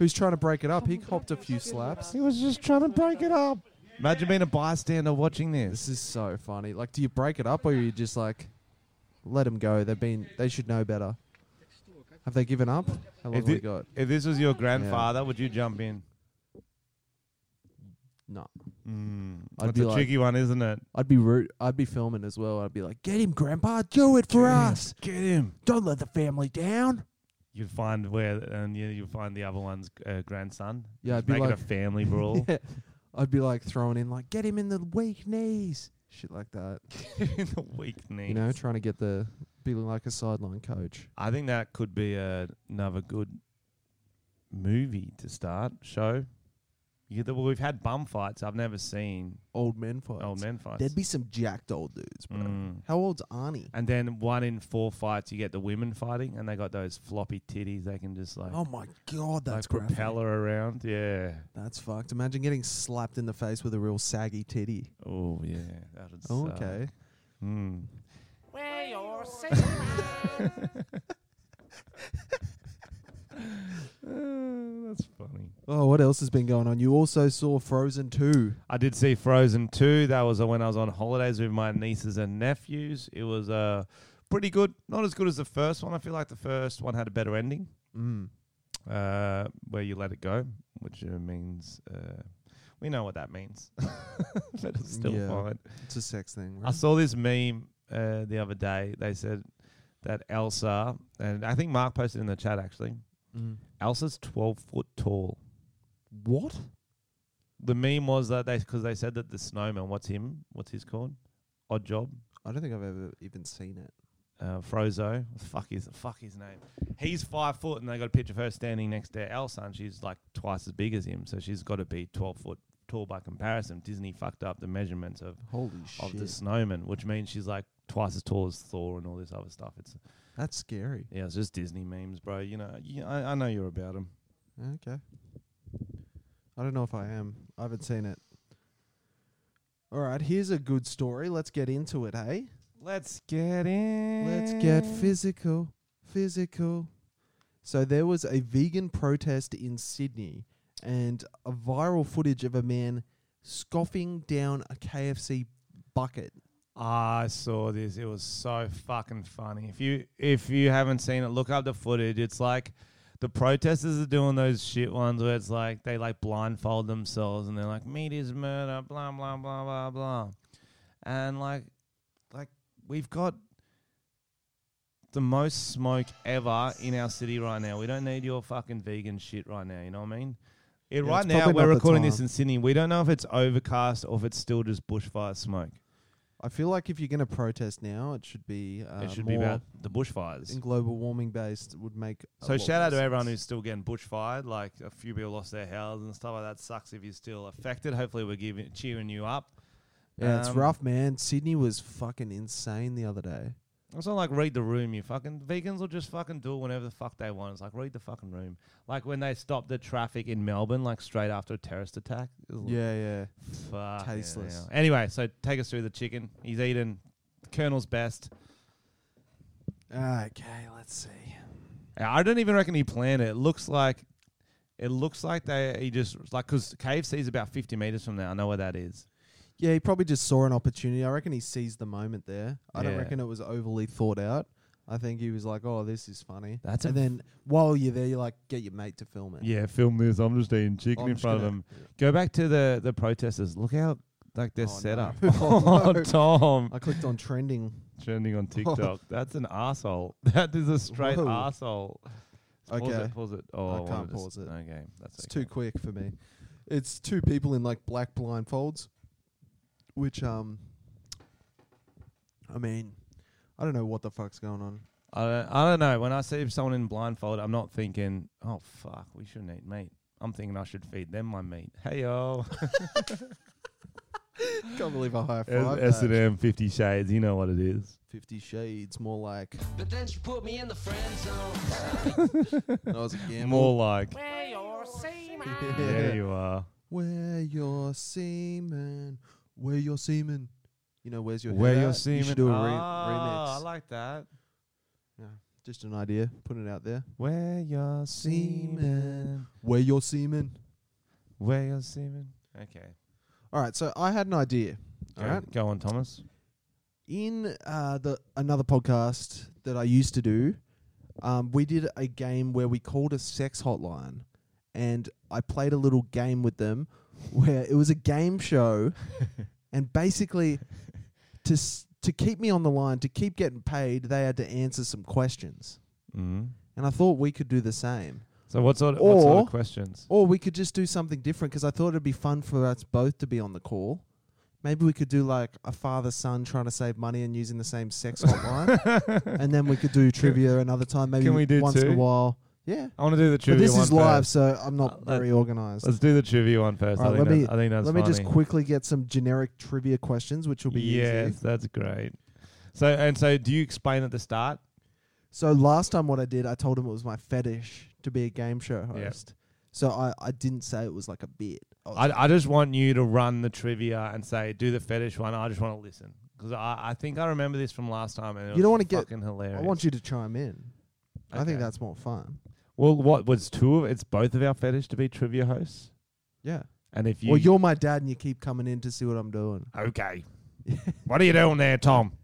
who's trying to break it up. He copped a few slaps.
He was just trying to break it up. Imagine being a bystander watching this.
This is so funny. Like, do you break it up or you just like let them go? They've been. They should know better. Have they given up? How long
If,
have we
thi-
got?
if this was your grandfather, would you jump in?
No.
Mm.
I'd
That's
be
a
like-
tricky one, isn't it?
I'd be root. I'd be filming as well. I'd be like, "Get him, Grandpa! Do it for us!
Get him.
Don't let the family down."
You'd find where, and you, you'd find the other one's uh, grandson.
Yeah,
Just
I'd be
make
like-
it a family brawl.
Yeah. I'd be like throwing in like, "Get him in the weak knees," shit like that.
in the weak knees.
You know, trying to get the be like a sideline coach.
I think that could be a, another good movie to start show. Yeah, the, well, we've had bum fights. I've never seen
Old men fights.
old men fights.
There'd be some jacked old dudes, bro.
Mm.
How old's Arnie?
And then one in four fights, you get the women fighting, and they got those floppy titties. They can just like,
Oh my god,
like
that's graphic.
propeller around. Yeah.
That's fucked. Imagine getting slapped in the face with a real saggy titty.
Oh yeah. That would
Oh,
suck.
okay.
Mm. Uh, that's funny.
Oh, what else has been going on? You also saw Frozen 2.
I did see Frozen 2. That was uh, when I was on holidays with my nieces and nephews. It was uh, pretty good. Not as good as the first one. I feel like the first one had a better ending
Mm.
uh, where you let it go, which uh, means uh, we know what that means. but it's still
Yeah.
fine.
It's a sex thing,
I
right?
saw this meme uh, the other day. They said that Elsa, and I think Mark posted in the chat actually,
Mm.
Elsa's 12 foot tall.
What?
The meme was that they because they said that the snowman, what's him? What's his called? Odd job.
I don't think I've ever even seen it.
Uh, Frozo, fuck his fuck his name. He's five foot, and they got a picture of her standing next to Elsa, and she's like twice as big as him, so she's got to be twelve foot tall by comparison. Disney fucked up the measurements of
Holy
of
shit.
the snowman, which means she's like twice as tall as Thor and all this other stuff. It's
That's scary.
yeah, it's just Disney memes, bro. You know, you, I, I know you're about them.
Okay. I don't know if I am. I haven't seen it. All right, here's a good story. Let's get into it, hey?
Let's get in.
Let's get physical. Physical. So there was a vegan protest in Sydney and a viral footage of a man scoffing down a KFC bucket.
I saw this. It was so fucking funny. If you if you haven't seen it, look up the footage. It's like the protesters are doing those shit ones where it's like they like blindfold themselves and they're like meat is murder, blah blah blah blah blah, and like like we've got the most smoke ever in our city right now. We don't need your fucking vegan shit right now. You know what I mean? It,
Yeah,
right
it's
now
probably
we're
not the
recording this
time.
in Sydney. We don't know if it's overcast or if it's still just bushfire smoke.
I feel like if you're going to protest now, it should be uh,
it should
more
be about the bushfires.
in global warming based would make. a
So
lot
shout out
more
to everyone
sense.
who's still getting bushfired. Like a few people lost their houses and stuff like that. Sucks if you're still affected. Hopefully we're giving cheering you up.
Yeah, it's
Um,
rough, man. Sydney was fucking insane the other day.
It's not like read the room. You fucking vegans will just fucking do it whenever the fuck they want. It's like read the fucking room. Like when they stopped the traffic in Melbourne, like straight after a terrorist attack. It was like,
Yeah, yeah.
fucking
tasteless.
hell. Anyway, so take us through the chicken. He's eating Colonel's best.
Okay, let's see.
I don't even reckon he planned it. It looks like it looks like they he just like because KFC is about fifty meters from there. I know where that is.
Yeah, he probably just saw an opportunity. I reckon he seized the moment there. I don't
Yeah.
reckon it was overly thought out. I think he was like, "Oh, this is funny."
That's
and
a-
then while you're there, you like get your mate to film it.
Yeah, film this. I'm just eating chicken
I'm
in
just
front of
gonna-
them. Go back to the the protesters. Look how like they're
Oh,
set
no.
up.
Oh,
oh,
no.
Tom
I clicked on trending.
trending on TikTok. That's an asshole. That is a straight
Whoa.
asshole. Pause
Okay.
it. Pause it. Oh,
I
wanted
can't
to s-
pause it.
Okay, that's
It's
okay.
too quick for me. It's two people in like black blindfolds, which um, I mean, I don't know what the fuck's going on.
I don't, I don't know. When I see someone in blindfold, I'm not thinking, oh fuck, we shouldn't eat meat. I'm thinking I should feed them my meat. Hey yo,
Can't believe I high five.
S and M Fifty Shades. You know what it is.
Fifty Shades, more like
But then she put me in the friend zone.
that was a gamble.
More like
yeah.
there you are.
Where your semen? Where your semen? You know, where's your head
Where your
at? You
semen?
should do a re-
oh,
remix.
I like that.
Just an idea. Put it out there.
Where your
Semen. Where your semen?
Where your semen. Okay.
All right. So I had an idea.
Go,
All right.
go on, Thomas.
In uh, the another podcast that I used to do, um, we did a game where we called a sex hotline, and I played a little game with them, where it was a game show, and basically, to s- to keep me on the line, to keep getting paid, they had to answer some questions,
Mm.
and I thought we could do the same,
So what sort of, what sort
Or-
of questions?
or we could just do something different because I thought it'd be fun for us both to be on the call. Maybe we could do like a father son trying to save money and using the same sex hotline.
I
and then we could do trivia another time. Maybe
can we do
once in a
two?
while. Yeah,
want to do the
but
trivia
this
one
is live,
first.
so I'm
Uh,
not
let-
very organized.
Let's do the trivia one first.
Alright,
I, think
let me-
that- I think that's
Let me just
funny.
quickly get some generic trivia questions, which will be
yes,
easy.
that's great. So and so, do you explain at the start?
So last time, what I did, I told him it was my fetish to be a game show
Yeah.
host. So I, I didn't say it was like a bit. was like,
I, I just want you to run the trivia and say do the fetish one. I just want to listen because I, I think I remember this from last time and it
You
was
don't wanna get-
fucking hilarious.
I want you to chime in. I think
Okay.
that's more fun.
Well, what was two of it's both of our fetish to be trivia hosts,
Yeah.
and if you
well, you're my dad, and you keep coming in to see what I'm doing.
okay, what are you doing there, Tom?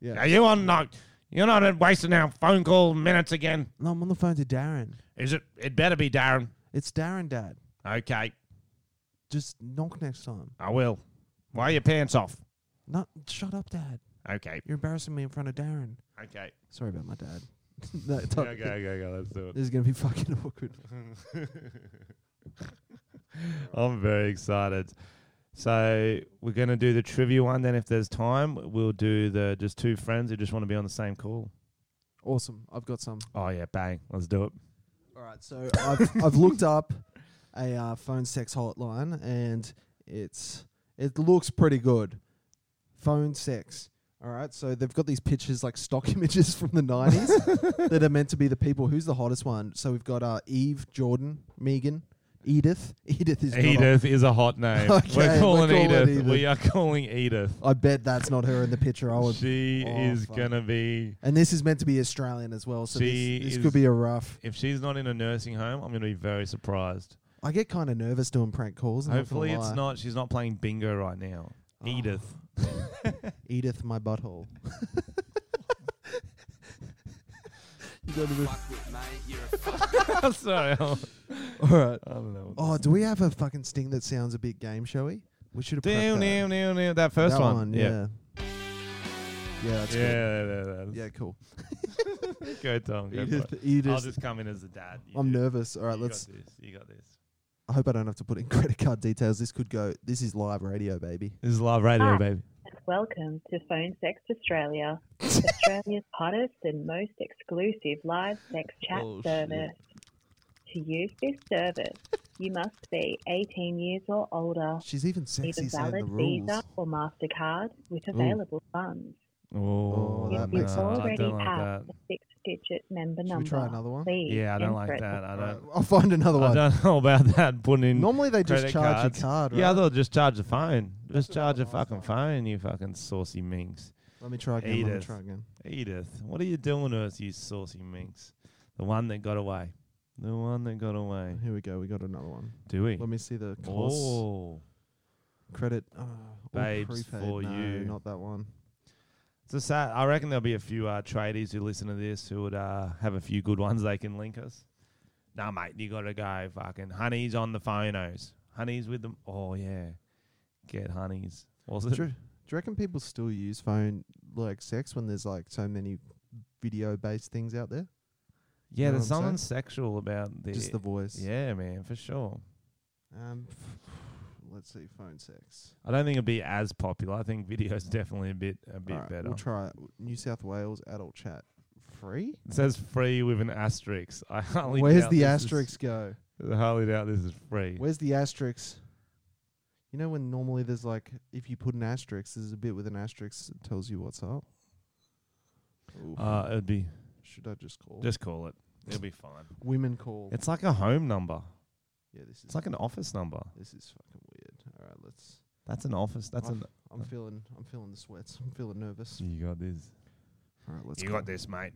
Yeah.
Are you on not? You're not wasting our phone call minutes again.
No, I'm on the phone to Darren.
Is it? It better be Darren.
It's Darren, Dad.
Okay,
Just knock next time.
I will. Why your pants off?
No, shut up, Dad.
Okay,
You're embarrassing me in front of Darren.
okay.
Sorry about my dad. no, it's
Okay,
okay.
okay, okay. Let's do it.
This is gonna be fucking awkward.
I'm very excited. So we're gonna do the trivia one. Then, if there's time, we'll do the just two friends who just want to be on the same call.
Awesome. I've got some.
Oh yeah, bang! Let's do it.
All right. So I've I've looked up a uh, phone sex hotline, and it's it looks pretty good. Phone sex. All right. So they've got these pictures like stock images from the nineties that are meant to be the people. Who's the hottest one? So we've got uh, Eve, Jordan, Megan, Edith. Edith is not a-
Edith is a hot name.
Okay,
we're,
we're
calling
calling
Edith.
Edith.
We are calling Edith.
I bet that's not her in the picture. I would.
She
Oh,
is
fuck.
gonna be.
and this is meant to be Australian as well, so
She
this, this
is-
could be a rough.
If she's not in a nursing home, I'm gonna be very surprised.
I get kind of nervous doing prank calls. I'm
Hopefully,
gonna
it's
lie.
not. She's not playing bingo right now.
Oh.
Edith.
Edith, my butthole.
Fuck with mate, you're a fuck.
Sorry, I'm-
All right.
I don't know.
Oh, do we have a fucking sting that sounds a bit game showy? We should have.
Damn,
prepped that.
damn, damn, damn. That first
That
one.
yeah. Yeah, that's
Yeah,
good.
yeah, yeah, yeah.
Yeah, cool.
Go, Tom. Go for
Edith,
it. I'll
Edith.
just come in as a dad. You
I'm
do-
nervous. All right,
you
let's.
Got this. You got this.
I hope I don't have to put in credit card details. This could go. This is live radio, baby.
This is live radio,
Hi.
baby.
And welcome to Phone Sex Australia, Australia's hottest and most exclusive live sex chat
Oh,
service. To use this service, you must be 18 years or older,
She's even
need
sexy
a
saying the
valid
rules.
Visa or MasterCard with available funds.
Oh,
Oh, that
If you
makes sense.
I
already
don't like
have
that.
a six-digit member
Should
number,
we try another one?
please
Yeah, I don't
enter
like
it
that. I
Alright,
don't.
I'll find another
I
one.
don't know about that. Putting in
Normally they just
credit
charge
cards.
your card. Right?
Yeah, they'll just charge the phone. Just
what I
charge a
thought last
fucking
time.
phone, you fucking saucy minx.
Let me try again. Let me
Edith.
try again.
Edith, what are you doing to us, you saucy minx? The one that got away. The one that got away.
Here we go. We got another one.
Do we?
Let me see the course
Oh.
credit. Uh,
Babes
prepaid.
for
no,
you.
Not that one.
It's a sad. I reckon there'll be a few uh, tradies who listen to this who would uh, have a few good ones they can link us. Nah, mate, you gotta go. Fucking honey's on the phonos. Honey's with them. Oh yeah, get honey's. Was
Do you,
it?
do you reckon people still use phone like sex when there's like so many video based things out there?
Yeah,
know
there's
what I'm
something sexual about the.
Just the voice.
yeah, man, for sure.
Um, let's see. Phone sex.
I don't think it'd be as popular. I think video's definitely a bit a bit
Alright,
better.
We'll try it. New South Wales adult chat. Free?
it says free with an asterisk. I hardly
Where's
doubt
the
this
asterisk go?
Is, I hardly doubt this is free.
Where's the asterisk? You know when normally there's like if you put an asterisk, there's a bit with an asterisk that tells you what's up. Oof.
Uh, it'd be
Should I just call?
just call it. It'll be fine.
women call.
It's like a home number.
yeah, this is
It's like an office number.
this is fucking weird. All right, let's.
That's an office. That's an. uh,
I'm feeling I'm feeling the sweats. I'm feeling nervous.
You got this.
All right, let's.
you
call.
got this, mate.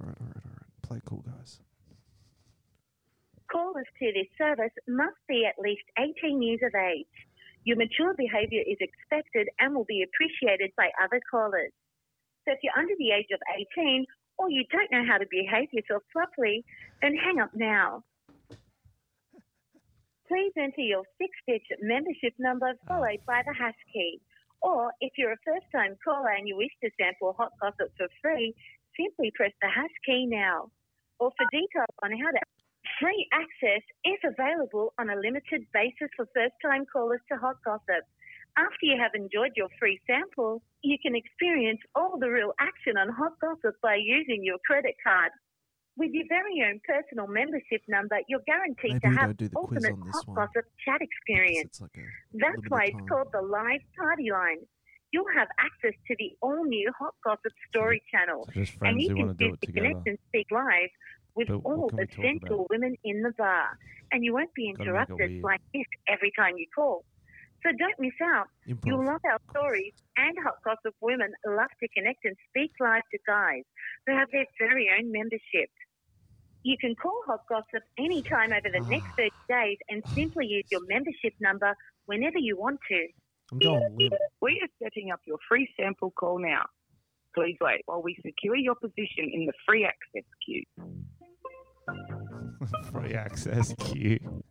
All right, all right, all right. Play cool, guys.
Callers to this service must be at least 18 years of age. Your mature behaviour is expected and will be appreciated by other callers. So if you're under the age of 18 or you don't know how to behave yourself properly, then hang up now. Please enter your six digit membership number followed by the hash key. Or if you're a first time caller and you wish to sample hot gossip for free, simply press the hash key now. Or for details on how to Free access is available on a limited basis for first time callers to Hot Gossip. After you have enjoyed your free sample, you can experience all the real action on Hot Gossip by using your credit card. With your very own personal membership number, you're guaranteed
Maybe we
to have
don't do the quiz
ultimate
on this
Hot
one.
Gossip chat
Because
experience.
It's like a
That's
little bit
why
of
it's
time.
called the Live Party Line. You'll have access to the all new Hot Gossip Story Channel.
So just
and
friends
you
who
can
want to do
choose
it
to
together.
connect and speak live with
But what
all
can
the
we talk
sensual
about?
women in the bar. And you won't be
Gotta make it
interrupted
weird.
like this every time you call. So don't miss out. You'll
Improv.
love our stories and Hot Gossip Women love to connect and speak live to guys who have their very own membership. You can call Hot Gossip anytime over the
Ah.
next 30 days and simply use your membership number whenever you want to.
I'm going limp.
We are setting up your free sample call now. Please wait while we secure your position in the free access queue.
Free access queue.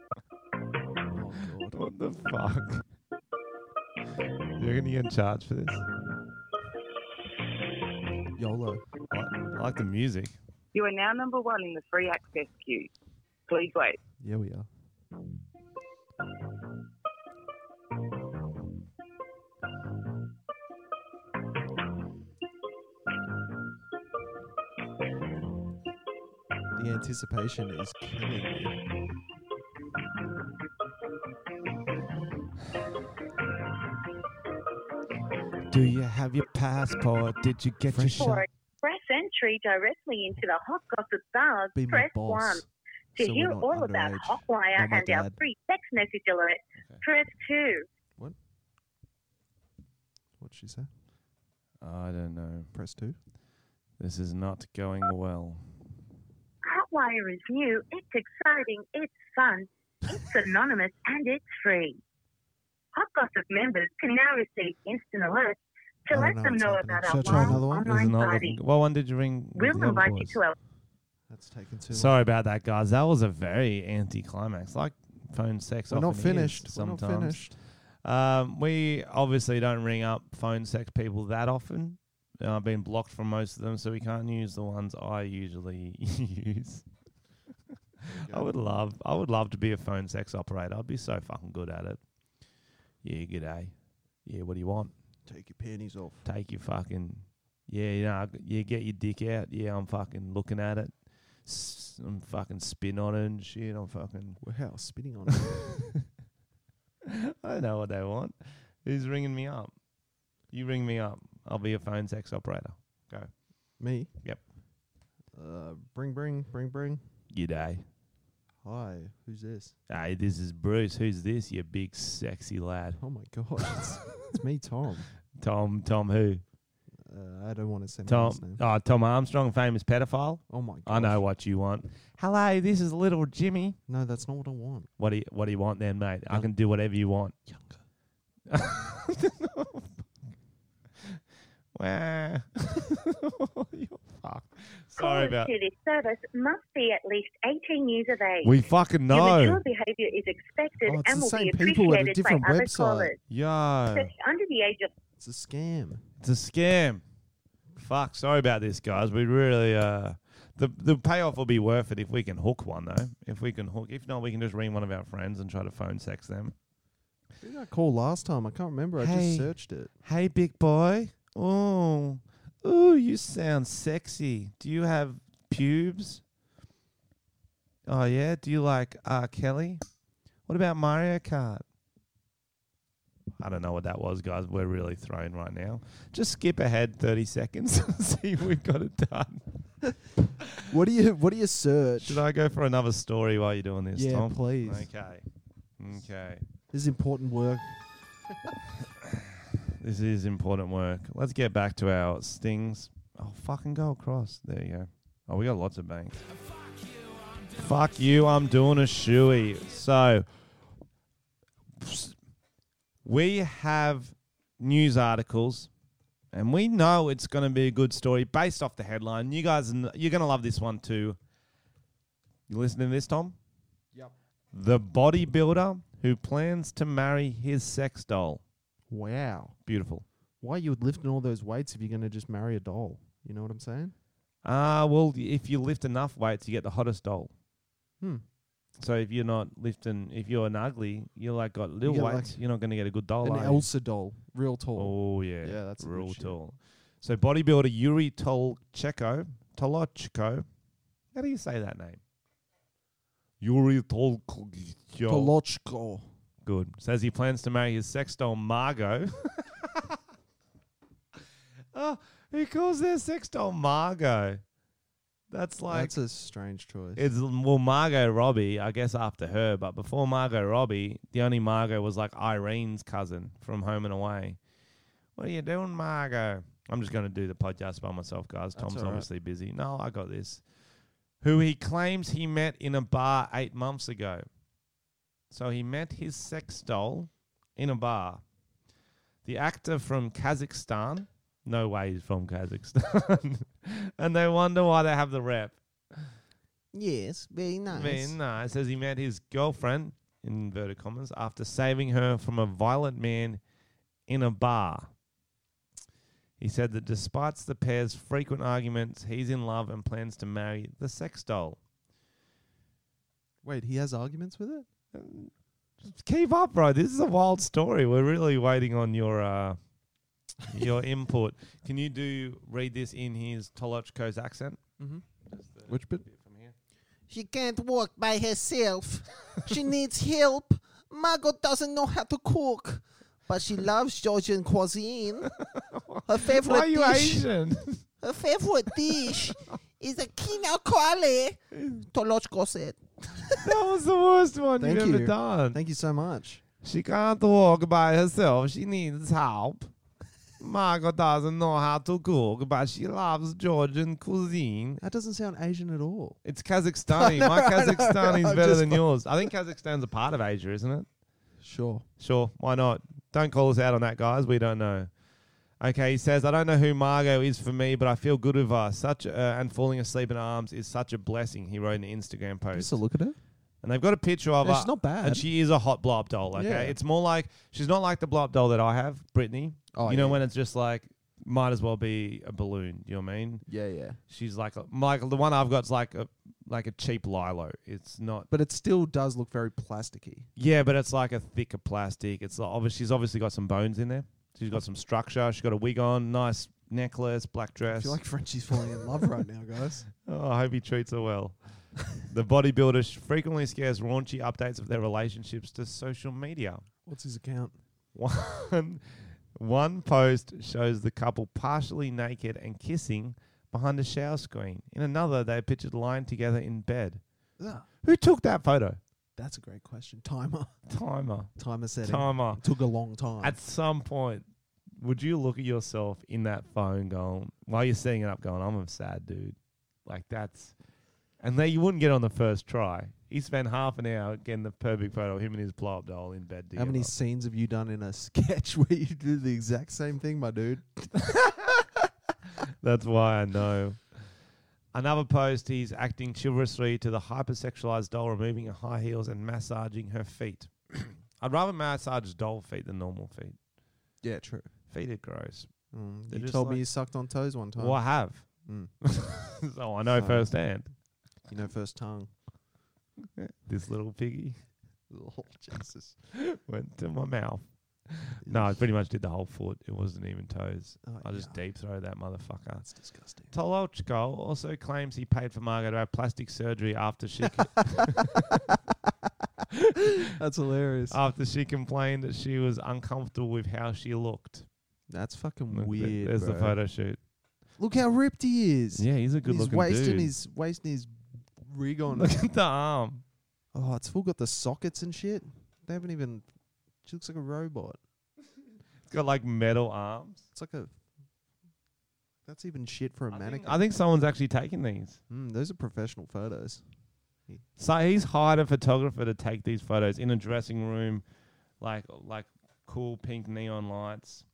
Oh god.
What the fuck? You're gonna get in charge for this.
YOLO.
I like, I like the music.
You are now number one in the free access queue. Please wait.
Yeah, we are. The anticipation is killing me.
Do you have your passport? Did you get
Fresh
your
For express entry directly into the Hot Gossip Bars,
Be my
press 1.
boss.
To
so we're
hear
not
all about
underage. Not
Hotwire
my
and our
dad.
free text message alert, press 2.
What'd she say?
I don't know.
Press two.
This is not going well.
Hotwire is new, it's exciting, it's fun, it's anonymous, and it's free. Hot Gossip members can now receive instant alerts
I
to
don't
let
know
them
what's
know
happening.
about
Should I
our
try
live
another one?
This is
online
not
party.
looking. Well, one did you ring? with
We'll
the other
invite you
boys?
to our
That's taken too long.
Sorry about that, guys. That was a very anticlimax. Like phone sex.
We're not
often is
finished. We're not
Sometimes.
finished.
Um, we obviously don't ring up phone sex people that often. Uh, I've been blocked from most of them, so we can't use the ones I usually use. I would love, I would love to be a phone sex operator. I'd be so fucking good at it. Yeah, g'day. Yeah, what do you want?
Take your panties off.
Take your fucking, yeah, you know, yeah, get your dick out. Yeah, I'm fucking looking at it. S- I'm fucking spin on it and shit. I'm fucking,
Wow, spinning on. it.
I don't know what they want. Who's ringing me up? You ring me up. I'll be a phone sex operator. Go.
Me?
Yep.
Uh, bring, bring, bring, bring.
G'day.
Hi, who's this?
Hey, this is Bruce. Who's this? You big sexy lad.
Oh my gosh, it's, it's me, Tom.
Tom, Tom who?
Uh, I don't want to say my last
Tom,
name.
oh, Tom Armstrong, famous pedophile.
Oh my gosh.
I know what you want. Hello, this is little Jimmy.
No, that's not what I want.
What do you, what do you want then, mate? I can do whatever you want. Younger. wow. You're fucked. Sorry
Callers
about.
to this service must be at least 18 years of age.
We fucking
Your
know.
mature behaviour is expected
Oh, it's
and
the
will be
same people at a
appreciated
different
by other
website.
callers.
Yo,
That's under the age of
It's a scam.
it's a scam. Fuck. Sorry about this, guys. We really uh. The, the payoff will be worth it if we can hook one though. If we can hook, if not, we can just ring one of our friends and try to phone sex them.
Who did I call last time? I can't remember. I
Hey.
just searched it.
Hey, big boy. Oh, ooh, you sound sexy. Do you have pubes? Oh yeah. Do you like R. Kelly? What about Mario Kart? I don't know what that was, guys. We're really thrown right now. Just skip ahead thirty seconds and see if we've got it done.
What do you What do you search?
Should I go for another story while you're doing this,
Yeah,
Tom?
please.
Okay. Okay.
This is important work.
This is important work. Let's get back to our stings. Oh, fucking go across. There you go. Oh, we got lots of banks. Fuck you, I'm doing a shoey. So, we have news articles, and we know it's going to be a good story based off the headline. You guys, kn- you're going to love this one too. You listening to this, Tom?
Yep.
The bodybuilder who plans to marry his sex doll.
Wow.
Beautiful.
Why you would lifting all those weights if you're going to just marry a doll? You know what I'm saying?
Ah, well, y- if you lift enough weights, you get the hottest doll.
Hmm.
So if you're not lifting, if you're an ugly, you're like got little
get, like,
weights, you're not going to get a good doll.
An
are you?
Elsa doll, real tall.
Oh yeah,
Yeah, that's some good
real
shit.
tall. So bodybuilder Yuri Tolcheko, Tolochko. How do you say that name? Yuri Tolchko.
Tolochko.
Good. Says he plans to marry his sex doll Margot. oh, he calls their sex doll Margot. That's like
That's a strange choice.
it's well, Margot Robbie, I guess after her, but before Margot Robbie, the only Margot was like Irene's cousin from Home and Away. What are you doing, Margot? I'm just going to do the podcast by myself,
That's
guys. Tom's
all right.
obviously busy. No, I got this. Who he claims he met in a bar eight months ago. So he met his sex doll in a bar. The actor from Kazakhstan. No way he's from Kazakhstan. and they wonder why they have the rep.
yes, very nice.
I mean, no, it says he met his girlfriend, in inverted commas, after saving her from a violent man in a bar. He said that despite the pair's frequent arguments, he's in love and plans to marry the sex doll.
Wait, he has arguments with it?
Keep up, bro. This is a wild story. We're really waiting on your uh, your input. Can you do read this in his Tolochko's accent?
Which bit?
She can't walk by herself. she needs help. Margot doesn't know how to cook, but she loves Georgian cuisine. Her favorite
Why are you
dish,
Asian?
her favorite dish, is a quinoa Tolochko said.
that was the worst one
Thank
you've ever
you.
done.
Thank you so much.
She can't walk by herself. She needs help. Margot doesn't know how to cook, but she loves Georgian cuisine.
That doesn't sound Asian at all.
It's Kazakhstani. My Kazakhstani is
I'm
better
just
than
fu-
yours. I think Kazakhstan's a part of Asia, isn't it?
Sure.
Sure, why not? Don't call us out on that, guys. We don't know. Okay, he says, I don't know who Margot is for me, but I feel good with her. Such uh, and falling asleep in her arms is such a blessing. He wrote in an Instagram post.
Just a look at her.
And they've got a picture of
Yeah,
her.
she's not bad.
And she is a hot blob doll, okay?
Yeah.
It's more like she's not like the blob doll that I have, Brittany.
Oh,
you know
yeah.
when it's just like might as well be a balloon, you know what I mean?
Yeah, yeah.
She's like a, like the one I've got's like a like a cheap lilo. It's not.
But it still does look very plasticky.
Yeah, but it's like a thicker plastic. It's like obviously she's obviously got some bones in there. She's got some structure. She's got a wig on, nice necklace, black
I
dress.
feel like Frenchie's falling in love right now, guys.
Oh, I hope he treats her well. the bodybuilder sh- frequently scares raunchy updates of their relationships to social media.
What's his account?
One, one post shows the couple partially naked and kissing behind a shower screen. In another, they are pictured lying together in bed.
Ah,
Who took that photo?
that's a great question. Timer.
Timer.
Timer setting.
Timer.
Took a long time.
At some point, would you look at yourself in that phone going, while you're setting it up, going, I'm a sad dude? Like, that's. And they, you wouldn't get on the first try. He spent half an hour getting the perfect photo of him and his blow up doll in bed
How
together.
many scenes have you done in a sketch where you do the exact same thing, my dude?
That's why I know. Another post, he's acting chivalrously to the hypersexualized doll, removing her high heels and massaging her feet. I'd rather massage doll feet than normal feet.
Yeah, true.
Feet are gross.
Mm,
They're
you
just
told
like-
me you sucked on toes one time.
Well, I have.
Mm.
so I know
So-
firsthand.
You know, first tongue.
This little piggy
Oh, Jesus.
went to my mouth. No, I pretty much did the whole foot. It wasn't even toes.
Oh,
I just
yuck.
deep throw that motherfucker.
That's disgusting.
Tolochko also claims he paid for Margot to have plastic surgery after she c-
That's hilarious.
after she complained that she was uncomfortable with how she looked.
That's fucking
Look, there-
weird.
There's the
bro.
photo shoot.
Look how ripped he is.
Yeah, he's a good
he's
looking
wasting
dude.
his wasting his rig on.
Look at the arm.
oh, it's full got the sockets and shit. They haven't even. She looks like a robot.
It's got like metal arms.
It's like a. That's even shit for a
I
mannequin.
think, I think someone's actually taking these.
mm, those are professional photos.
So he's hired a photographer to take these photos in a dressing room, like like cool pink neon lights.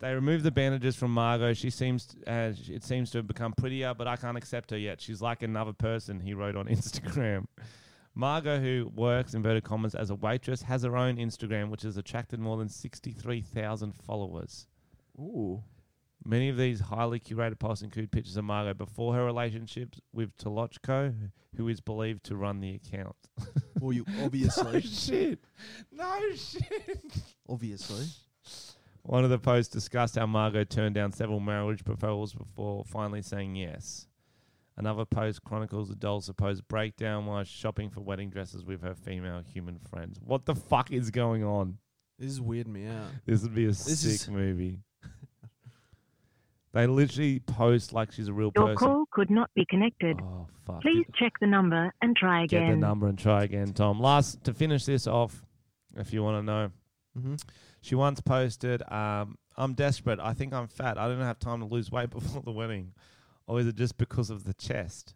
They remove the bandages from Margot. She seems t- uh, sh- it seems to have become prettier, but I can't accept her yet. She's like another person. He wrote on Instagram. Margot, who works inverted commas as a waitress, has her own Instagram, which has attracted more than sixty-three thousand followers.
Ooh.
Many of these highly curated posts include pictures of Margot before her relationships with Tolochko, who is believed to run the account.
Well, you
No
obviously,
shit. No shit.
obviously.
One of the posts discussed how Margot turned down several marriage proposals before finally saying yes. Another post chronicles the doll's supposed breakdown while shopping for wedding dresses with her female human friends. What the fuck is going on?
This is weird me out.
This would be a
This
sick
is-
movie. they literally post like she's a real
Your
person.
call could not be connected.
Oh fuck.
Please check the number and try
Get the
again.
number and try again, Tom. Last to finish this off, if you want to know.
Mm-hmm.
She once posted, um, I'm desperate. I think I'm fat. I don't have time to lose weight before the wedding. Or is it just because of the chest?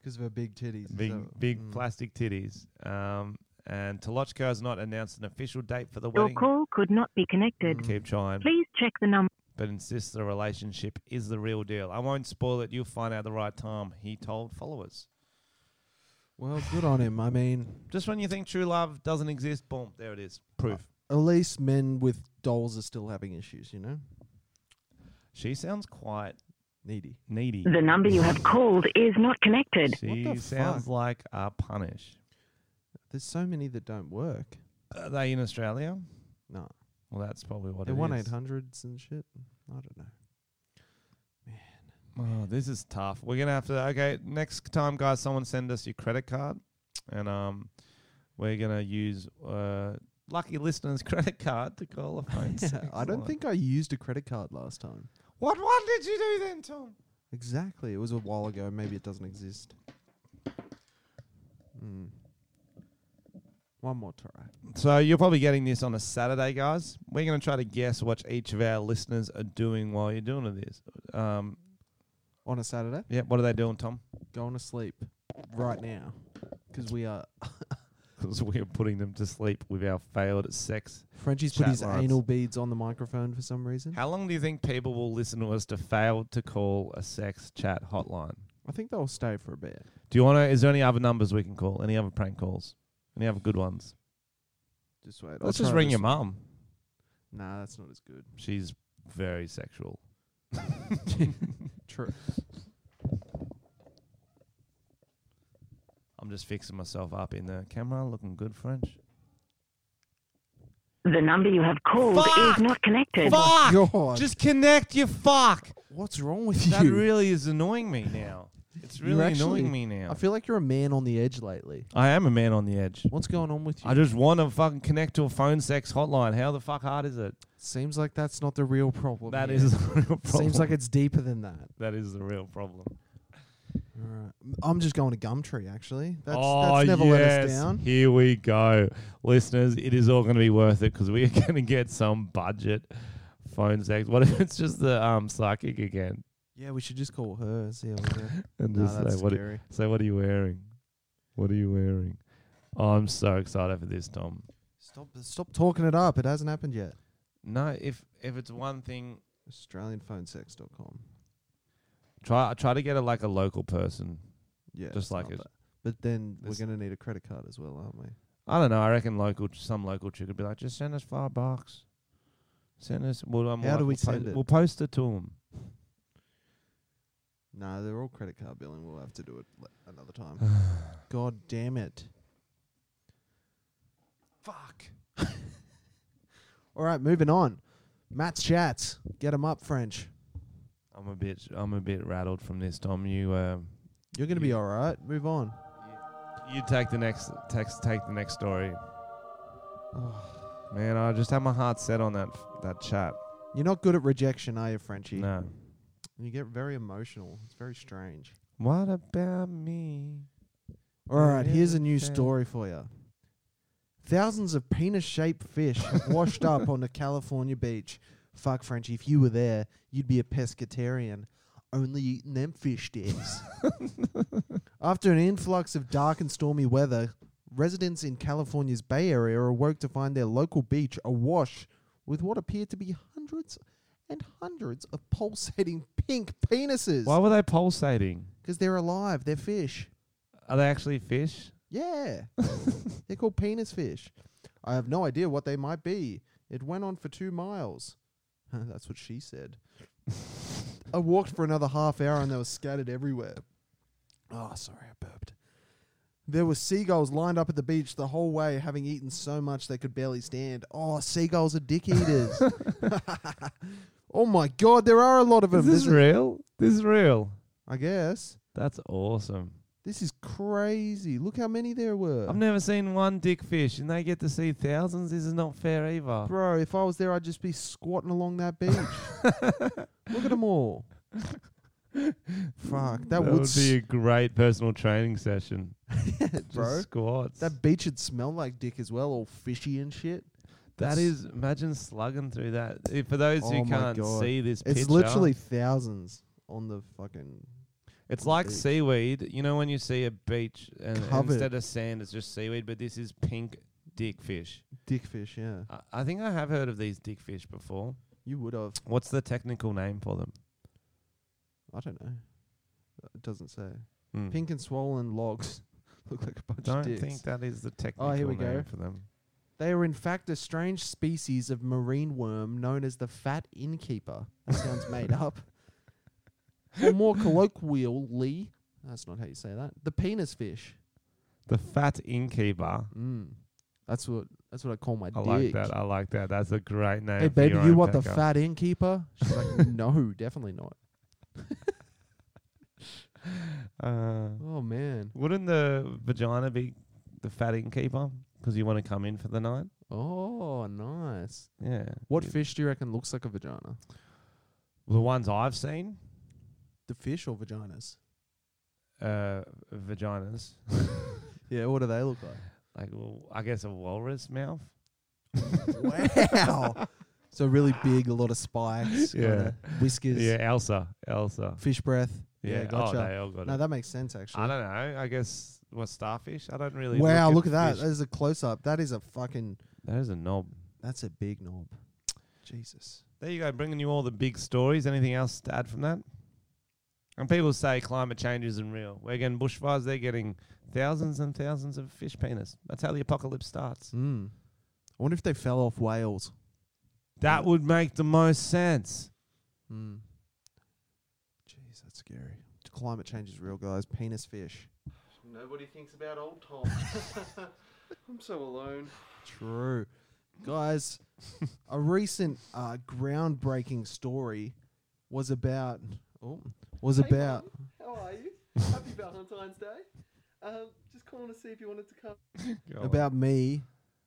Because of her big titties. is
Big,
that-
big
mm.
plastic titties. Um, and Tolochko has not announced an official date for the
Your
wedding.
call could not be connected.
Keep trying.
Please check the number.
But insists the relationship is the real deal. I won't spoil it. You'll find out the right time, he told followers.
Well, good on him. I mean,
Just when you think true love doesn't exist, boom, there it is. Proof.
Uh, at least men with dolls are still having issues. You know,
She sounds quite
needy.
needy.
The number you have called is not connected.
She
What the
sounds
fuck?
like a punish.
There's so many that don't work.
Are they in Australia?
No,
Well, that's probably what
they're
it
one
is.
eight hundreds and shit. I don't know.
Oh, this is tough. We're gonna have to. Okay, next time, guys, someone send us your credit card, and um, we're gonna use uh, lucky listeners' credit card to call a phone. sex
I don't
line.
think I used a credit card last time.
What one did you do then, Tom?
Exactly. It was a while ago. Maybe it doesn't exist. Mm. One more try.
So you're probably getting this on a Saturday, guys. We're gonna try to guess what each of our listeners are doing while you're doing this. Um,
On a Saturday,
yeah, what are they doing, Tom?
going to sleep right now. Because we are.
Because we're putting them to sleep with our failed sex.
Frenchie's put
Chat
his
lines.
anal beads on the microphone for some reason.
How long do you think people will listen to us to fail to call a sex chat hotline?
I think they'll stay for a bit.
Do you want to? Is there any other numbers we can call? Any other prank calls? Any other good ones?
Just wait. I'll
Let's just
try
ring
this-
your mum.
Nah, that's not as good.
She's very sexual.
True.
just fixing myself up in the camera, looking good French.
The number you have called is not connected.
Fuck!
Oh God.
Just connect, you fuck!
What's wrong with
that
you?
That really is annoying me now. It's
You're
really
actually-
annoying me now.
I feel like you're a man on the edge lately.
I am a man on the edge.
What's going on with you?
I just want to fucking connect to a phone sex hotline. How the fuck hard is it?
Seems like that's not the real problem.
That
here.
is the real problem.
Seems like it's deeper than that.
That is the real problem.
All right. I'm just going to Gumtree, actually. That's,
oh,
that's never let
yes.
us down.
Here we go. Listeners, it is all going to be worth it because we are going to get some budget phone sex. What if it's just the um, psychic again?
Yeah, we should just call her. See how we go.
And
Nah,
just say,
that's
what
scary.
Are, say, what are you wearing? What are you wearing? Oh, I'm so excited for this, Tom.
Stop, stop talking it up. It hasn't happened yet.
No, if if it's one thing,
AustralianPhonesex.com.
try try to get a, like a local person.
Yeah,
just
it's
like
not
it.
bad. But then we're
This-
going to need a credit card as well, aren't we?
I don't know. I reckon local some local chick would be like, just send us five bucks. Send us. Well, I'm
How do
like,
we
we'll po-
send it?
We'll post it to them.
No, they're all credit card billing. We'll have to do it l- another time. God damn it.
Fuck.
All right, moving on. Matt's chats. Get 'em up, French.
I'm a bit. I'm a bit rattled from this, Tom. You. Uh,
You're going to be all right. Move on.
You take the next text. Take the next story.
Oh.
Man, I just had my heart set on that that chat.
You're not good at rejection, are you, Frenchie?
No.
You get very emotional. It's very strange.
What about me?
All right, here's a new
Everything.
story for you. Thousands of penis-shaped fish have washed up on the California beach. Fuck, Frenchie, if you were there, you'd be a pescatarian, only eating them fish dicks. After an influx of dark and stormy weather, residents in California's Bay Area awoke to find their local beach awash with what appeared to be hundreds and hundreds of pulsating pink penises.
Why were they pulsating?
Because they're alive. They're fish.
Are they actually fish?
Yeah. they're called penis fish. I have no idea what they might be. It went on for two miles. That's what she said. I walked for another half hour and they were scattered everywhere. Oh, sorry, I burped. There were seagulls lined up at the beach the whole way, having eaten so much they could barely stand. Oh, seagulls are dick eaters. oh my god, there are a lot of them.
Is this real? This is real.
I guess.
That's awesome.
This is crazy. Look how many there were.
I've never seen one dick fish, and they get to see thousands. This is not fair either.
Bro, if I was there, I'd just be squatting along that beach. Look at them all. Fuck, that,
That,
would,
would be
be
a great personal training session.
bro.
Just squats.
that beach would smell like dick as well, all fishy and shit.
That
That's-
is, imagine slugging through that. Eh, For those
Oh
who
my
can't
God.
see this
It's
picture,
literally thousands on the fucking.
it's like
big.
seaweed. You know when you see a beach and
eh Covered.
instead of sand, it's just seaweed, but this is pink dick fish.
Dick fish, yeah.
I, I think I have heard of these dick fish before.
You would have.
What's the technical name for them?
I don't know. It doesn't say.
Hmm.
Pink and swollen logs look like a bunch
Don't
of dicks. Oh,
think that is the technical
we
name
go.
for them.
They are in fact a strange species of marine worm known as the fat innkeeper. That sounds made up. Or more colloquially, that's not how you say that. The penis fish.
The fat innkeeper.
Mm. That's what that's what I call my
I
dick.
like that. I like that. That's a great name.
Hey
for your
baby, you
own
want the
pecker.
fat innkeeper? She's like, no, definitely not.
Uh,
Oh man.
wouldn't the vagina be the fat innkeeper? Because you want to come in for the night?
Oh, nice.
Yeah.
What
You-
fish do you reckon looks like a vagina?
The ones I've seen,
The fish or vaginas?
uh, vaginas.
Yeah, what do they look like?
like, well, I guess a walrus mouth.
wow. So really big, a lot of spikes, kinda whiskers.
Yeah, Elsa. Elsa.
Fish breath. Yeah,
Oh,
gotcha.
they all got
no,
it.
that makes sense actually.
I don't know. I guess, what, starfish? I don't really.
wow, look at, that.
fish.
That is a close up. That is a fucking.
That is a knob.
That's a big knob. Jesus.
There you go, bringing you all the big stories. Anything else to add from that? And people say climate change isn't real. We're getting bushfires. They're getting thousands and thousands of fish penis. That's how the apocalypse starts.
Mm. I wonder if they fell off whales.
That would make the most sense. Hmm.
Mm. Jeez, that's scary. Climate change is real, guys. Penis fish.
Nobody thinks about old Tom. I'm so alone.
True. Guys, a recent uh, groundbreaking story was about oh, was
Hey,
about
Mum, How are you? Happy Valentine's Day. Um, just calling to see if you wanted to come.
about me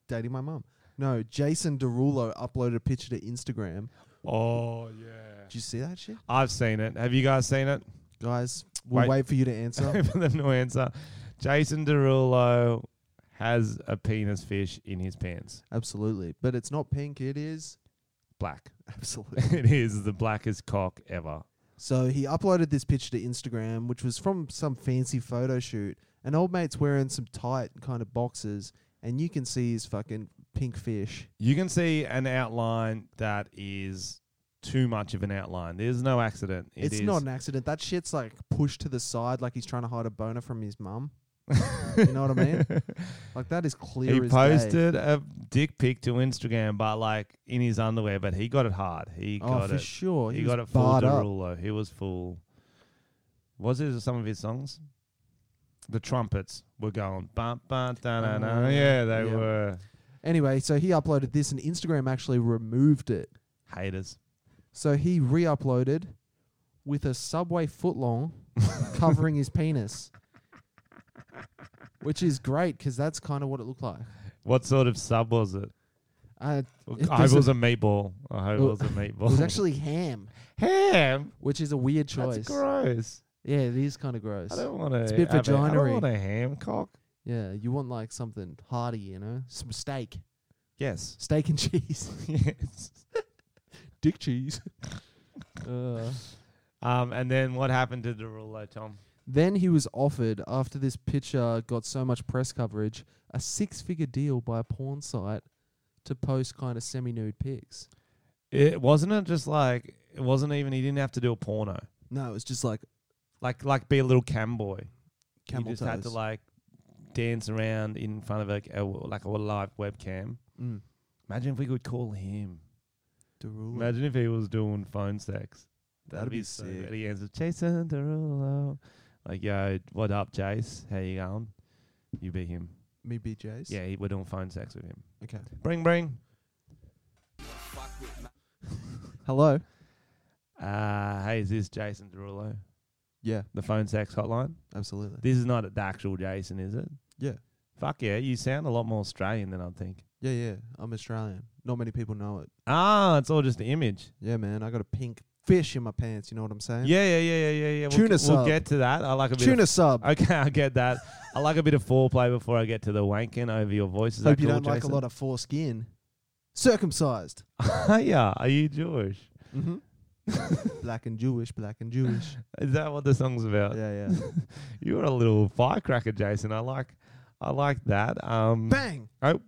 dating my mum. No, Jason Derulo uploaded a picture to Instagram.
Oh yeah.
Did you see that shit?
I've seen it. Have you guys seen it?
Guys, we'll wait for you to answer.
for them to answer. Jason Derulo has a penis fish in his pants.
Absolutely. But it's not pink, it is
black.
Absolutely.
it is the blackest cock ever.
So he uploaded this picture to Instagram, which was from some fancy photo shoot. An old mate's wearing some tight kind of boxes, and you can see his fucking pink fish.
You can see an outline that is too much of an outline. There's no accident. It
it's
is-
not an accident. That shit's like pushed to the side, like he's trying to hide a boner from his mum. you know what I mean? Like that is clear.
He
as day.
posted a dick pic to Instagram, but like in his underwear. But he got it hard. He
Oh,
got
for
it
sure.
He,
He was
got it full
barred up.
Derulo. He was full. Was it some of his songs? The trumpets were going. Bum, bum, da, da, da. Oh, Yeah, they
Yeah.
were.
Anyway, so he uploaded this, and Instagram actually removed it.
Haters.
So he re-uploaded with a Subway footlong covering his penis, which is great because that's kind of what it looked like.
What sort of sub was it?
Uh, it
I hope it
doesn't-
was a meatball. I hope it was a meatball.
It was actually ham.
Ham,
which is a weird choice.
That's gross.
Yeah, it is kind of gross.
I don't want to.
It's a bit
I don't
vaginary.
want a ham cock.
Yeah, you want like something hearty, you know, some steak,
Yes.
steak and cheese.
yes.
Dick cheese. uh.
Um, and then what happened to Derulo, Tom?
Then he was offered, after this picture got so much press coverage, a six figure deal by a porn site to post kind of semi nude pics.
It wasn't it just like it wasn't even he didn't have to do a porno.
No, it was just like
like like be a little cam boy.
Camel
you just had to
toes.
like dance around in front of a, a like a live webcam.
Mm.
Imagine if we could call him.
Derulo.
Imagine if he was doing phone sex. That'd,
That'd
be,
be
so
sick.
good. He answers Jason Derulo. Like, yo, what up, Jace? How you going? You be him.
Me be Jace?
Yeah, he, we're doing phone sex with him.
Okay.
Bring, bring.
Hello.
Uh, hey, is this Jason Derulo?
Yeah.
The phone sex hotline?
Absolutely.
This is not the actual Jason, is it?
Yeah.
Fuck yeah, you sound a lot more Australian than I think.
Yeah, yeah. I'm Australian. Not many people know it.
Ah, it's all just the image.
Yeah, man. I got a pink fish in my pants. You know what I'm saying?
Yeah, yeah, yeah, yeah, yeah, yeah. We'll,
Tuna
get- We'll
sub.
get to that. I like a bit
Tuna
of,
sub.
Okay, I get that. I like a bit of foreplay before I get to the wanking over your voice. Is
Hope
that
you
cool,
don't like a
Jason?
lot of foreskin. Circumcised.
yeah, are you Jewish? Mm-hmm.
hmm black and Jewish, black and Jewish.
Is that what the song's about?
Yeah, yeah.
you are a little firecracker, Jason. I like, I like that. Um,
Bang!
Oh,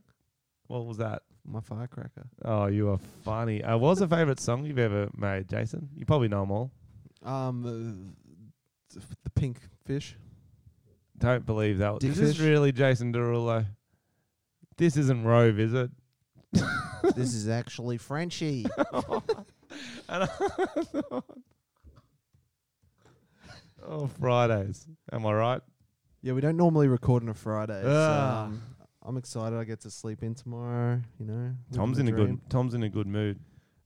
what was that?
My firecracker.
Oh, you are funny. Uh, what's the favorite song you've ever made, Jason? You probably know them all.
Um, uh, th- the pink fish.
Don't believe that.
Dick
this is
fish.
really Jason Derulo. This isn't Rove, is it?
this is actually Frenchie.
Oh, Fridays. Am I right?
yeah, we don't normally record on a Friday. so,
Ah.
um, I'm excited. I get to sleep in tomorrow. You know, living
Tom's
the
in a
dream.
good. Tom's in a good mood.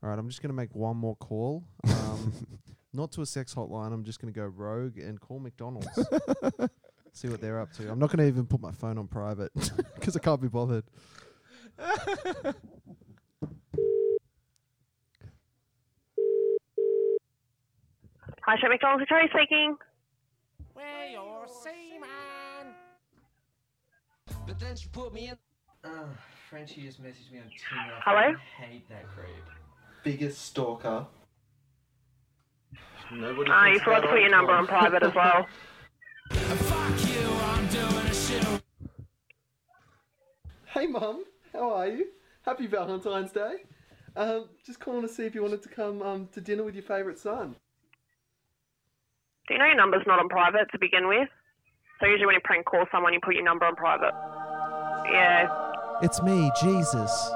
All right, I'm just gonna make one more call. Um, not to a sex hotline. I'm just gonna go rogue and call McDonald's. See what they're up to. I'm not gonna even put my phone on private 'cause I can't be bothered.
Hi, Chef McDonald's. It's Terry speaking.
Where your seaman.
But then she put me in. Uh, Frenchie just messaged me on Tinder. I
Hello?
fucking hate that creep.
Biggest stalker. Nobody
Ah, you
thinks
forgot to
about
put your
old
number
Tom.
on private as well.
Hey, Mum. How are you? Happy Valentine's Day. Um, just calling to see if you wanted to come um, to dinner with your favourite son.
Do you know your number's not on private to begin with? So usually when you prank call someone, you put your number on private. Yeah.
It's me, Jesus.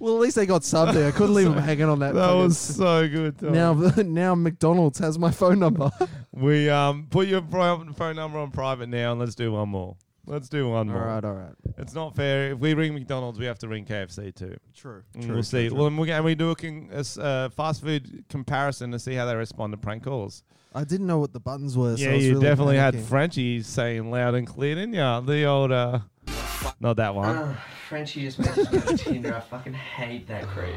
least they got something. I couldn't leave them hanging on that.
That
fucking-
was so good. Tom.
Now, now McDonald's has my phone number.
we um put your pro- phone number on private now, and let's do one more. Let's do one more.
All right, all right.
It's not fair. If we ring McDonald's, we have to ring KFC too.
True.
And
True,
we'll
true,
see.
true.
Well, and we, and we do a, con- a s- uh, fast food comparison to see how they respond to prank calls.
I didn't know what the buttons were. so
yeah,
I was
you
really
definitely
panicking.
had Frenchie saying loud and clear, didn't ya? The old, uh, not that one.
Ugh, Uh, Frenchie just messaged me on Tinder. I fucking hate that creep.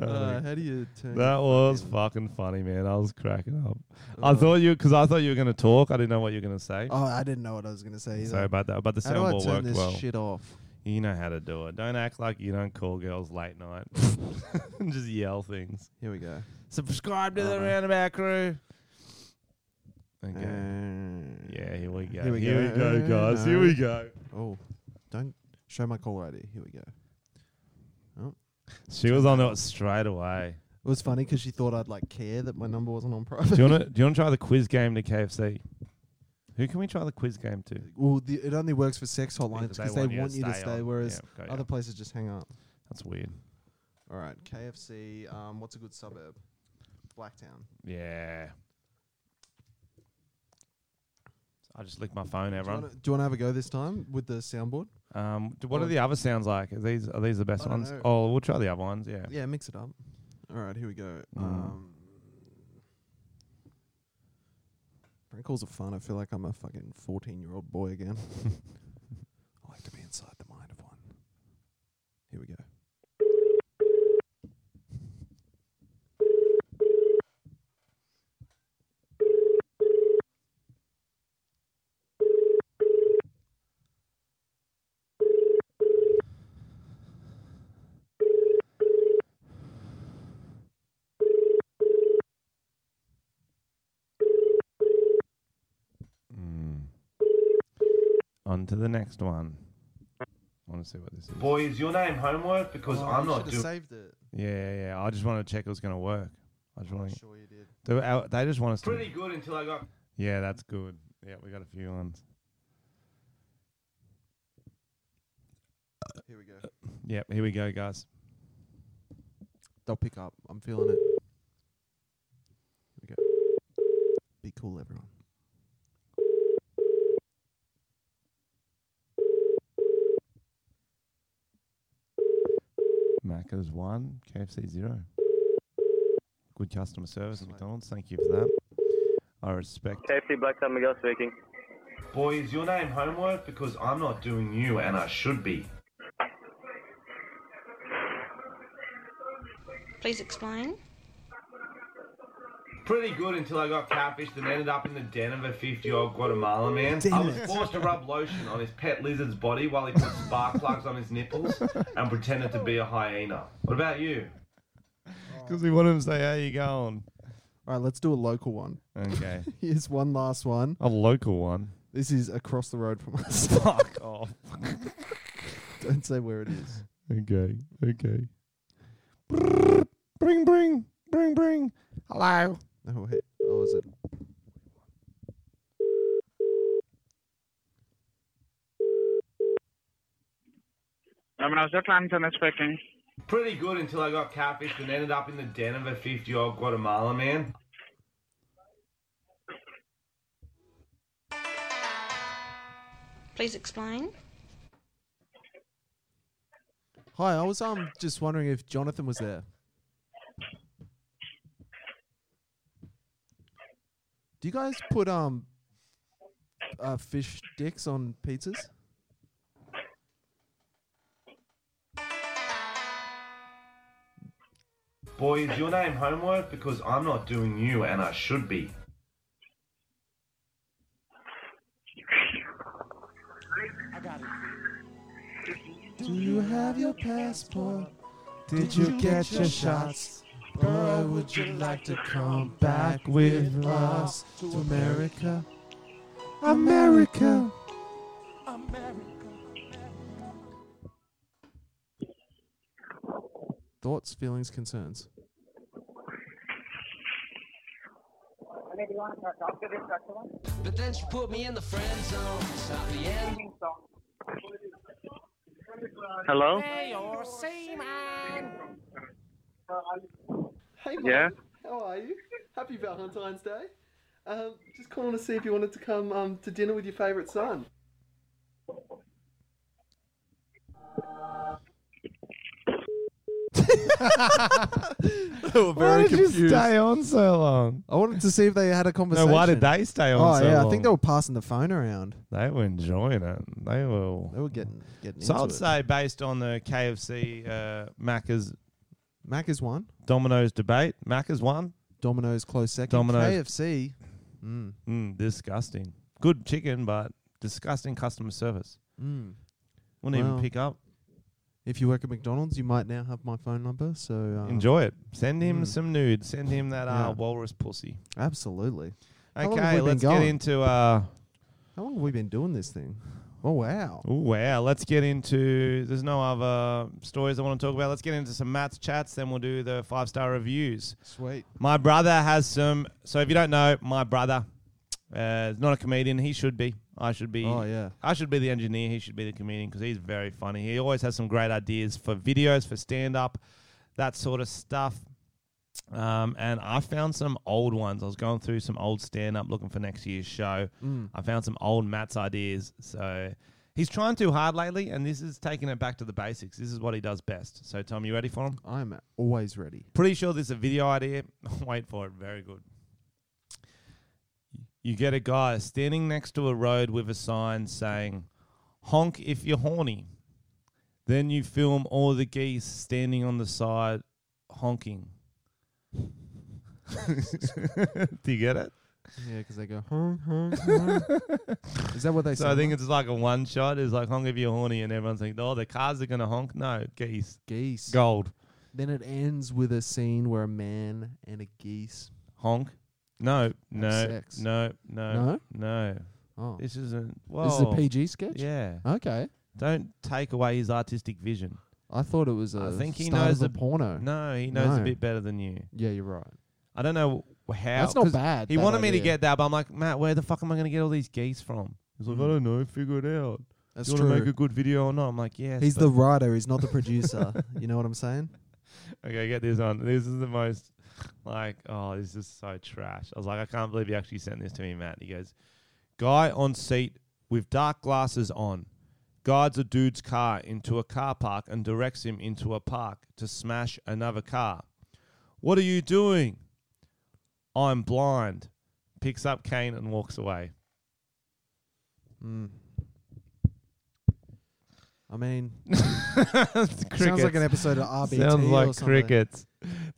Uh, how do you turn?
That was fucking funny, man. I was cracking up.
Uh.
I thought you because I thought you were gonna talk. I didn't know what you were gonna say.
Oh, I didn't know what I was gonna say. Either.
Sorry about that, but the
How do I
soundboard
turn
worked
this
well.
shit off?
You know how to do it. Don't act like you don't call girls late night. And Just yell things.
Here we go.
Subscribe to the Roundabout Crew. Okay. yeah, here we go.
Uh, Here we go. Uh,
go, guys. Here we go.
Oh, don't show my call ID. Here we go. Oh.
She was on it straight away.
It was funny because she thought I'd like care that my number wasn't on private.
Do you want to? Do you want to try the quiz game to KFC? Who can we try the quiz game to?
Well, the, it only works for sex hotlines
Because
because they, want you to stay,
on.
whereas
Yeah, got ya.
other places just hang up.
That's weird.
All right, KFC. Um, what's a good suburb? Blacktown.
Yeah. I just licked my phone,
Do you
everyone.
wanna- do you want to have a go this time with the soundboard?
Um, d- what
Oh.
are the other sounds like? Are these are these the best
don't
ones?
know.
Oh, we'll try the other ones. Yeah.
Yeah, mix it up. All right, here we go. Um, prank calls are fun. I feel like I'm a fucking 14 year old boy again. I like to be inside the mind of one. Here we go.
Mm. On to the next one. I want to see what this is.
Boy, is your name homework? Because
Oh,
I'm
you
not
should've
doing.
saved it.
Yeah, yeah, yeah. I just wanted to check it was going to work. I just want.
sure you did.
They, were out- they just want us
Pretty
to.
good until I got.
Yeah, that's good. Yeah, we got a few ones.
Uh,
Here we go.
Yep, here we go, guys.
They'll pick up. I'm feeling it. Here we go. Be cool, everyone.
Macca's one, KFC zero. Good customer service at McDonald's. Thank you for that. I respect.
KFC Blacktown Miguel speaking. Boy, is your name homework? Because I'm not doing you, and I should be.
Please explain.
Pretty good until I got catfished and ended up in the den of a 50-year-old Guatemalan man.
Damn
I was
it.
forced to rub lotion on his pet lizard's body while he put spark plugs on his nipples and pretended to be a hyena. What about you?
Because we wanted to say, how you going?
All right, let's do a local one.
Okay.
Here's one last one.
a local one.
This is across the road from us.
Fuck off.
Don't say where it is.
Okay, okay. Bring, bring, bring, bring. Hello.
No, wait. Oh, is it?
speaking. Pretty good until I got catfished and ended up in the den of a 50-year-old Guatemalan man.
Please explain.
Hi, I was um just wondering if Jonathan was there. Do you guys put um uh, fish dicks on pizzas?
Boy, is your name homework? Because I'm not doing you, and I should be.
Do you have your passport?
Did you get your shots? Boy, would you like to come back with us to America?
America. Thoughts, feelings, concerns.
But then she put me in the friend zone. It's not the end.
Hello?
your seaman. Hey, Mum.
Yeah?
How are you? Happy Valentine's Day. Um, just calling to see if you wanted to come um, to dinner with your favourite son.
Why did you stay on so long?
I wanted to see if they had a
No,
conversation.
why did they stay on
Oh
so
yeah,
long?
I think they were passing the phone around.
They were enjoying it. They were.
They were getting getting.
So
into
I'd
it.
say based on the KFC uh, Macca's
Macca's one.
Domino's debate, Macca's one.
Domino's close second.
Domino's
KFC. Mm.
Mm, disgusting. Good chicken, but disgusting customer service.
Mm.
Wouldn't
Well,
even pick up.
If you work at McDonald's, you might now have my phone number. So uh,
Enjoy it. Send him
Mm.
some nudes. Send him that uh,
Yeah.
walrus pussy.
Absolutely. How long have we
Okay,
been
let's get
going?
into. Uh,
How long have we been doing this thing? Oh wow.
oh wow, let's get into. There's no other stories I want to talk about. Let's get into some Matt's chats. Then we'll do the five star reviews.
Sweet.
My brother has some. So if you don't know, my brother uh, is not a comedian. He should be. I should be.
Oh, yeah.
I should be the engineer. He should be the comedian because he's very funny. He always has some great ideas for videos, for stand up, that sort of stuff. Um, and I found some old ones. I was going through some old stand up looking for next year's show.
Mm.
I found some old Matt's ideas. So he's trying too hard lately, and this is taking it back to the basics. This is what he does best. So, Tom, you ready for him?
I'm always ready.
Pretty sure this is a video idea. Wait for it. Very good. You get a guy standing next to a road with a sign saying, honk if you're horny. Then you film all the geese standing on the side honking. Do you get it?
Yeah, because they go. "Huh, huh, huh." Is that what they say?
So I think it's like a one shot. It's like honk if you're horny, and everyone's thinking, oh, the cars are going to honk. No, geese.
Geese.
Gold.
Then it ends with a scene where a man and a geese.
Honk. No, no,
sex.
no, no,
No?
no.
Oh.
This isn't.
This is a
whoa.
PG sketch.
Yeah.
Okay.
Don't take away his artistic vision.
I thought it was a.
I think he
start
knows
of a
the-
porno.
No, he knows
No.
a bit better than you.
Yeah, you're right.
I don't know wh- how.
That's not
'cause
bad,
He
that
wanted me to
idea.
get that, but I'm like, Matt, where the fuck am I going to get all these geese from? He's like, I don't know. Figure it out.
Mm. That's
Do you want to make
true.
a good video or not? I'm like, yes.
He's
but-
the writer. He's not the producer. you know what I'm saying?
Okay, get this on. This is the most like, oh, this is so trash. I was like, I can't believe you actually sent this to me, Matt. He goes, Guy on seat with dark glasses on guides a dude's car into a car park and directs him into a park to smash another car. What are you doing? I'm blind. Picks up cane and walks away.
Mm. I mean, sounds like
Crickets.
an episode of RBT.
Sounds
or
like
something.
crickets.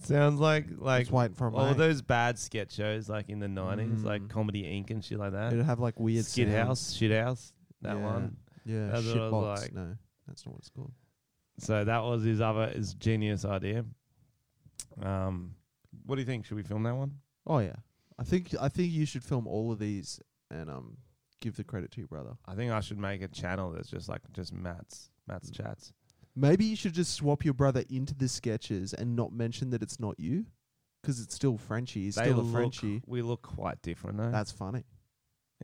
Sounds like like
waiting for 'em,
all
mate.
those bad sketch shows like in the nineties, like Comedy Inc. and shit like that.
Mm. It'd have, like, weird
Skid
sounds.
House, Shit House, that
Yeah.
one.
Yeah,
That's what I was
shitbox.
like.
No, that's not what it's called.
So that was his other his genius idea. Um, what do you think? Should we film that one?
Oh yeah, I think I think you should film all of these and um give the credit to your brother.
I think I should make a channel that's just like just Matt's Matt's chats.
Maybe you should just swap your brother into the sketches and not mention that it's not you, 'cause it's still Frenchie. He's
They
still a
look-
Frenchie.
We look quite different though.
That's funny.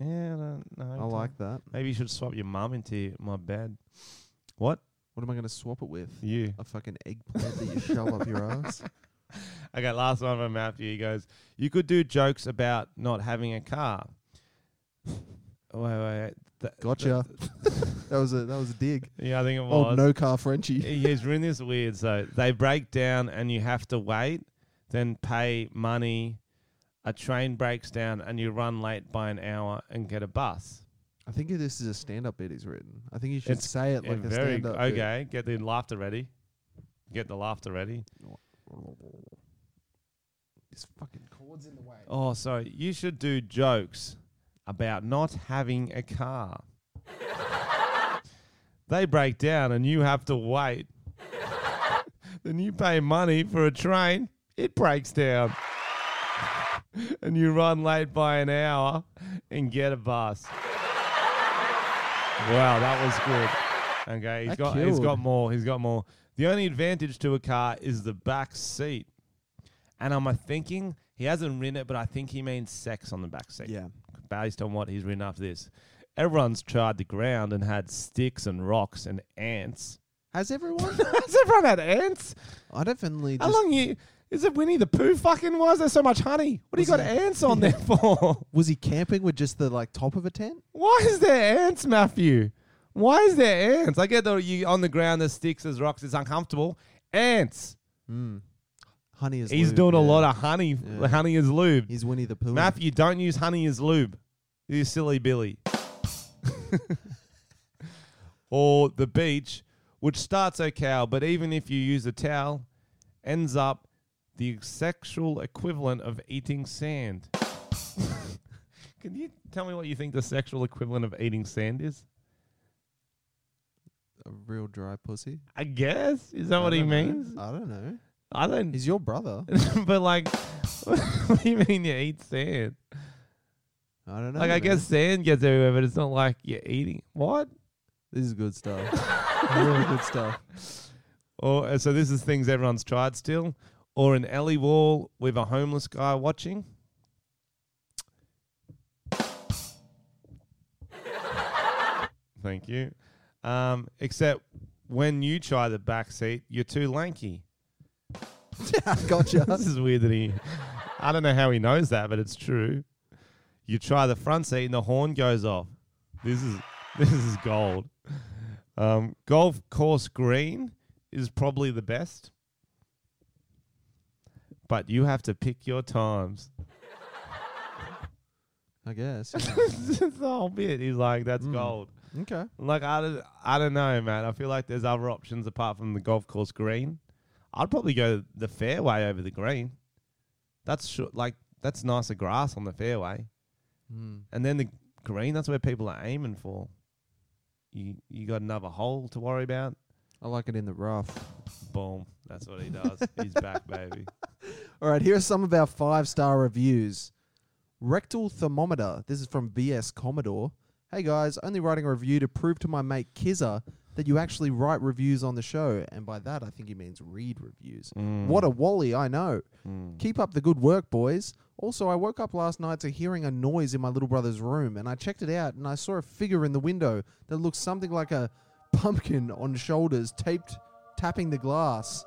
yeah, I don't know.
I like that.
Maybe you should swap your mum into my bed. What?
What am I going to swap it with?
You.
A fucking eggplant that you shove up your ass?
Okay, last one from Matthew. He goes, You could do jokes about not having a car. Wait, wait. wait. Th-
Gotcha. that was a that was a dig.
Yeah, I think it was.
Old Oh, no car Frenchie.
He- He's written this weird. So they break down and you have to wait, then pay money. A train breaks down and you run late by an hour and get a bus.
I think this is a stand-up bit he's written. I think you should say it
yeah,
like a
very
stand-up. bit.
Okay, get the laughter ready. Get the laughter ready.
This fucking cord's in the way.
Oh, sorry. You should do jokes about not having a car. they break down and you have to wait. then you pay money for a train, it breaks down. and you run late by an hour and get a bus. wow, that was good. Okay, he's
That
got he's
killed.
got more. He's got more. The only advantage to a car is the back seat. And I'm uh, thinking he hasn't written it, but I think he means sex on the back seat.
Yeah.
Based on what he's written after this. Everyone's tried the ground and had sticks and rocks and ants.
Has everyone?
Has everyone had ants?
I definitely.
How
just-
long you? Is it Winnie the Pooh? Fucking why is there so much honey? What do you got ants on there for?
Was he camping with just the like top of a tent?
Why is there ants, Matthew? Why is there ants? I get that you on the ground, there's sticks, there's rocks, it's uncomfortable. Ants.
Honey is.
He's
lube,
doing a
yeah.
lot of honey. Honey is lube.
He's Winnie the Pooh.
Matthew, don't use honey as lube. You silly Billy. or the beach, which starts okay, but even if you use a towel, ends up the sexual equivalent of eating sand. Can you tell me what you think the sexual equivalent of eating sand is?
A real dry pussy.
I guess. Is that
I
what he
don't know.
means?
I don't know.
I don't.
He's your brother.
but like, what do you mean you eat sand?
I don't know.
like, I
man.
guess sand gets everywhere, but it's not like you're eating. What?
this is good stuff. really good stuff.
Or uh, so this is things everyone's tried still, or an alley wall with a homeless guy watching. Thank you. Um, except when you try the back seat, you're too lanky.
gotcha.
this is weird that he. I don't know how he knows that, but it's true. You try the front seat and the horn goes off. This is this is gold. Um, golf course green is probably the best, but you have to pick your times.
I guess.
the whole bit. He's like, that's gold.
Okay.
Like I don't, I don't know, man. I feel like there's other options apart from the golf course green. I'd probably go the fairway over the green. That's sure, like that's nicer grass on the fairway,
Mm.
and then the green. That's where people are aiming for. You you got another hole to worry about.
I like it in the rough.
Boom. That's what he does. He's back, baby.
All right, here are some of our five star reviews. Rectal thermometer. This is from BS Commodore. Hey guys, only writing a review to prove to my mate Kizza that you actually write reviews on the show, and by that I think he means read reviews. What a wally, I know. Keep up the good work, boys. Also, I woke up last night to hearing a noise in my little brother's room, and I checked it out, and I saw a figure in the window that looked something like a pumpkin on shoulders, taped, tapping the glass.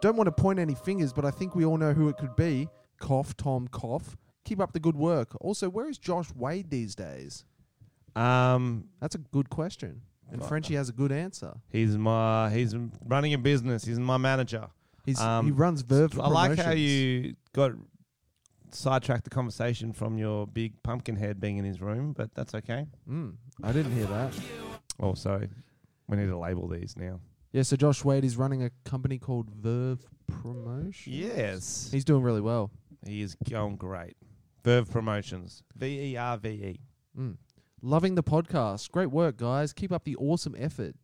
Don't want to point any fingers, but I think we all know who it could be. Cough, Tom, cough. Keep up the good work. Also, where is Josh Wade these days?
Um,
That's a good question. And
Fuck.
Frenchie has a good answer.
He's my he's running a business. He's my manager.
He's- he runs Verve
Um, I like how
Promotions.
you got sidetracked the conversation from your big pumpkin head being in his room, but that's okay.
Mm, I didn't hear that.
Oh, sorry. We need to label these now.
Yeah, so Josh Wade is running a company called Verve Promotion.
Yes.
He's doing really well.
He is going great. Verve Promotions. V E R V E.
Mm. Loving the podcast. Great work, guys. Keep up the awesome effort.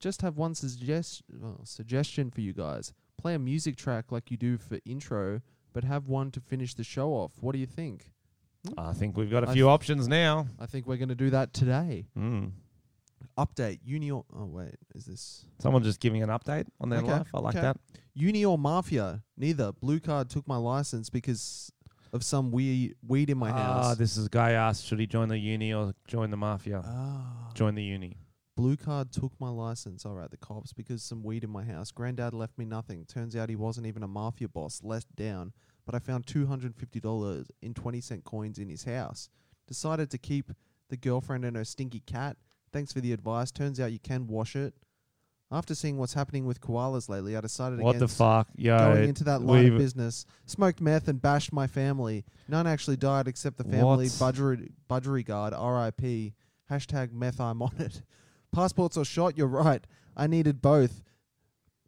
Just have one suggest- well, suggestion for you guys. Play a music track like you do for intro, but have one to finish the show off. What do you think?
I think we've got a
I
few
th-
options now.
I think we're going to do that today.
Mm.
Update Unior. Oh wait, is this
Someone just giving an update on their
Okay,
life. I like
okay.
that.
Unior Mafia. Neither blue card took my license because of some weed weed in my
Ah,
house.
this is a guy asked, should he join the uni or join the mafia?
Ah.
Join the uni.
Blue card took my license. All right, the cops because some weed in my house. Granddad left me nothing. Turns out he wasn't even a mafia boss. Let down. But I found two hundred fifty dollars in twenty cent coins in his house. Decided to keep the girlfriend and her stinky cat. Thanks for the advice. Turns out you can wash it. After seeing what's happening with koalas lately, I decided
What the
against
fuck? Yo,
going into that line of
we've-
business. Smoked meth and bashed my family. None actually died except the family
What?
budgery, budgery guard, RIP. Hashtag meth I'm on it. Passports or shot, you're right. I needed both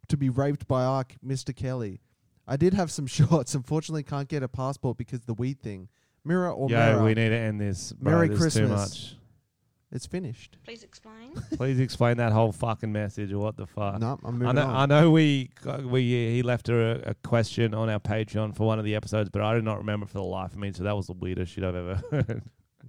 to be raped by Ark Mr. Kelly. I did have some shots. Unfortunately, can't get a passport because the weed thing. Mirror or
Yo,
mirror.
we need to end this. Bro.
Merry
This is too
Christmas. It's finished.
Please explain.
much. Please explain that whole fucking message or what the fuck.
No, I'm
I
moving
know,
on.
I know we got- we he left her a, a question on our Patreon for one of the episodes, but I do not remember for the life of me. So that was the weirdest shit I've ever heard.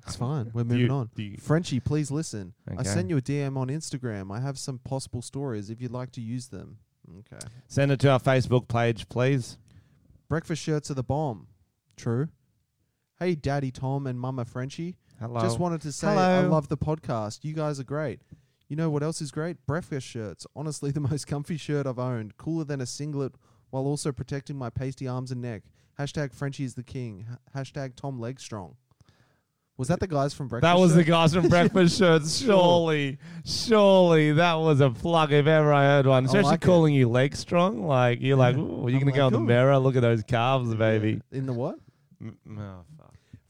It's fine. We're
Do
moving
you-
on.
do you-
Frenchie, please listen. I
Okay.
sent you a DM on Instagram. I have some possible stories if you'd like to use them. Okay.
Send it to our Facebook page, please.
Breakfast shirts are the bomb. True. Hey, Daddy Tom and Mama Frenchie.
Hello.
Just wanted to say I
Hello.
love the podcast. You guys are great. You know what else is great? Breakfast shirts. Honestly, the most comfy shirt I've owned. Cooler than a singlet while also protecting my pasty arms and neck. Hashtag Frenchie is the king. Ha- Hashtag Tom Legstrong. Was that the guys from Breakfast?
That was the
Shirt?
guys from Breakfast Shirts. Surely, surely that was a plug if ever I heard one.
I
Especially
like it.
calling you leg strong. Like you're like, ooh, you're gonna go in the
cool.
mirror. Look at those calves, baby.
In the what?
Oh,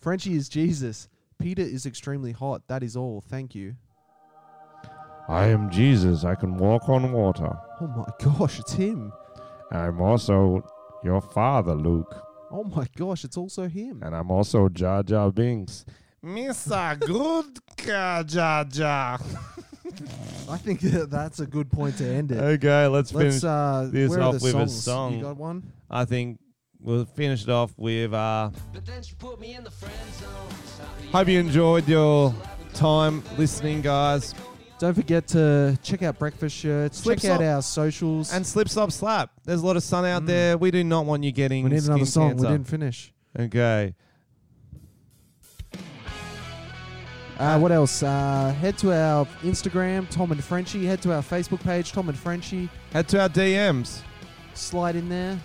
Frenchie is Jesus. Peter is extremely hot. That is all. Thank you.
I am Jesus. I can walk on water.
Oh my gosh, it's him.
I'm also your father, Luke.
Oh my gosh, it's also him.
And I'm also Jar Jar Binks.
Mr. Good Ja Ja.
I think that that's a good point to end it.
Okay, let's,
let's
finish
uh,
this
where are
off
the
with a
songs?
song.
You got one?
I think we'll finish it off with. Uh, Hope you enjoyed your time listening, guys.
Don't forget to check out Breakfast Shirts.
Slip
check out
Slop.
our socials.
And slip, slop, slap. There's a lot of sun out there. We do not want you getting.
Mm. we need another
skin
song. We
cancer.
didn't finish.
Okay.
Uh, what else? Uh, head to our Instagram, Tom and Frenchie. Head to our Facebook page, Tom and Frenchie.
Head to our DMs.
Slide in there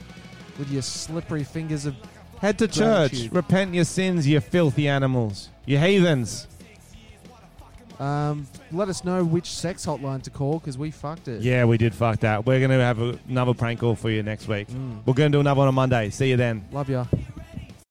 with your slippery fingers of.
Head to church.
Gratitude.
Repent your sins, you filthy animals. You heathens.
Um, let us know which sex hotline to call because we fucked it.
Yeah, we did Mm. fuck that. We're going to have a, another prank call for you next week. We're going to do another one on Monday. See you then.
Love ya.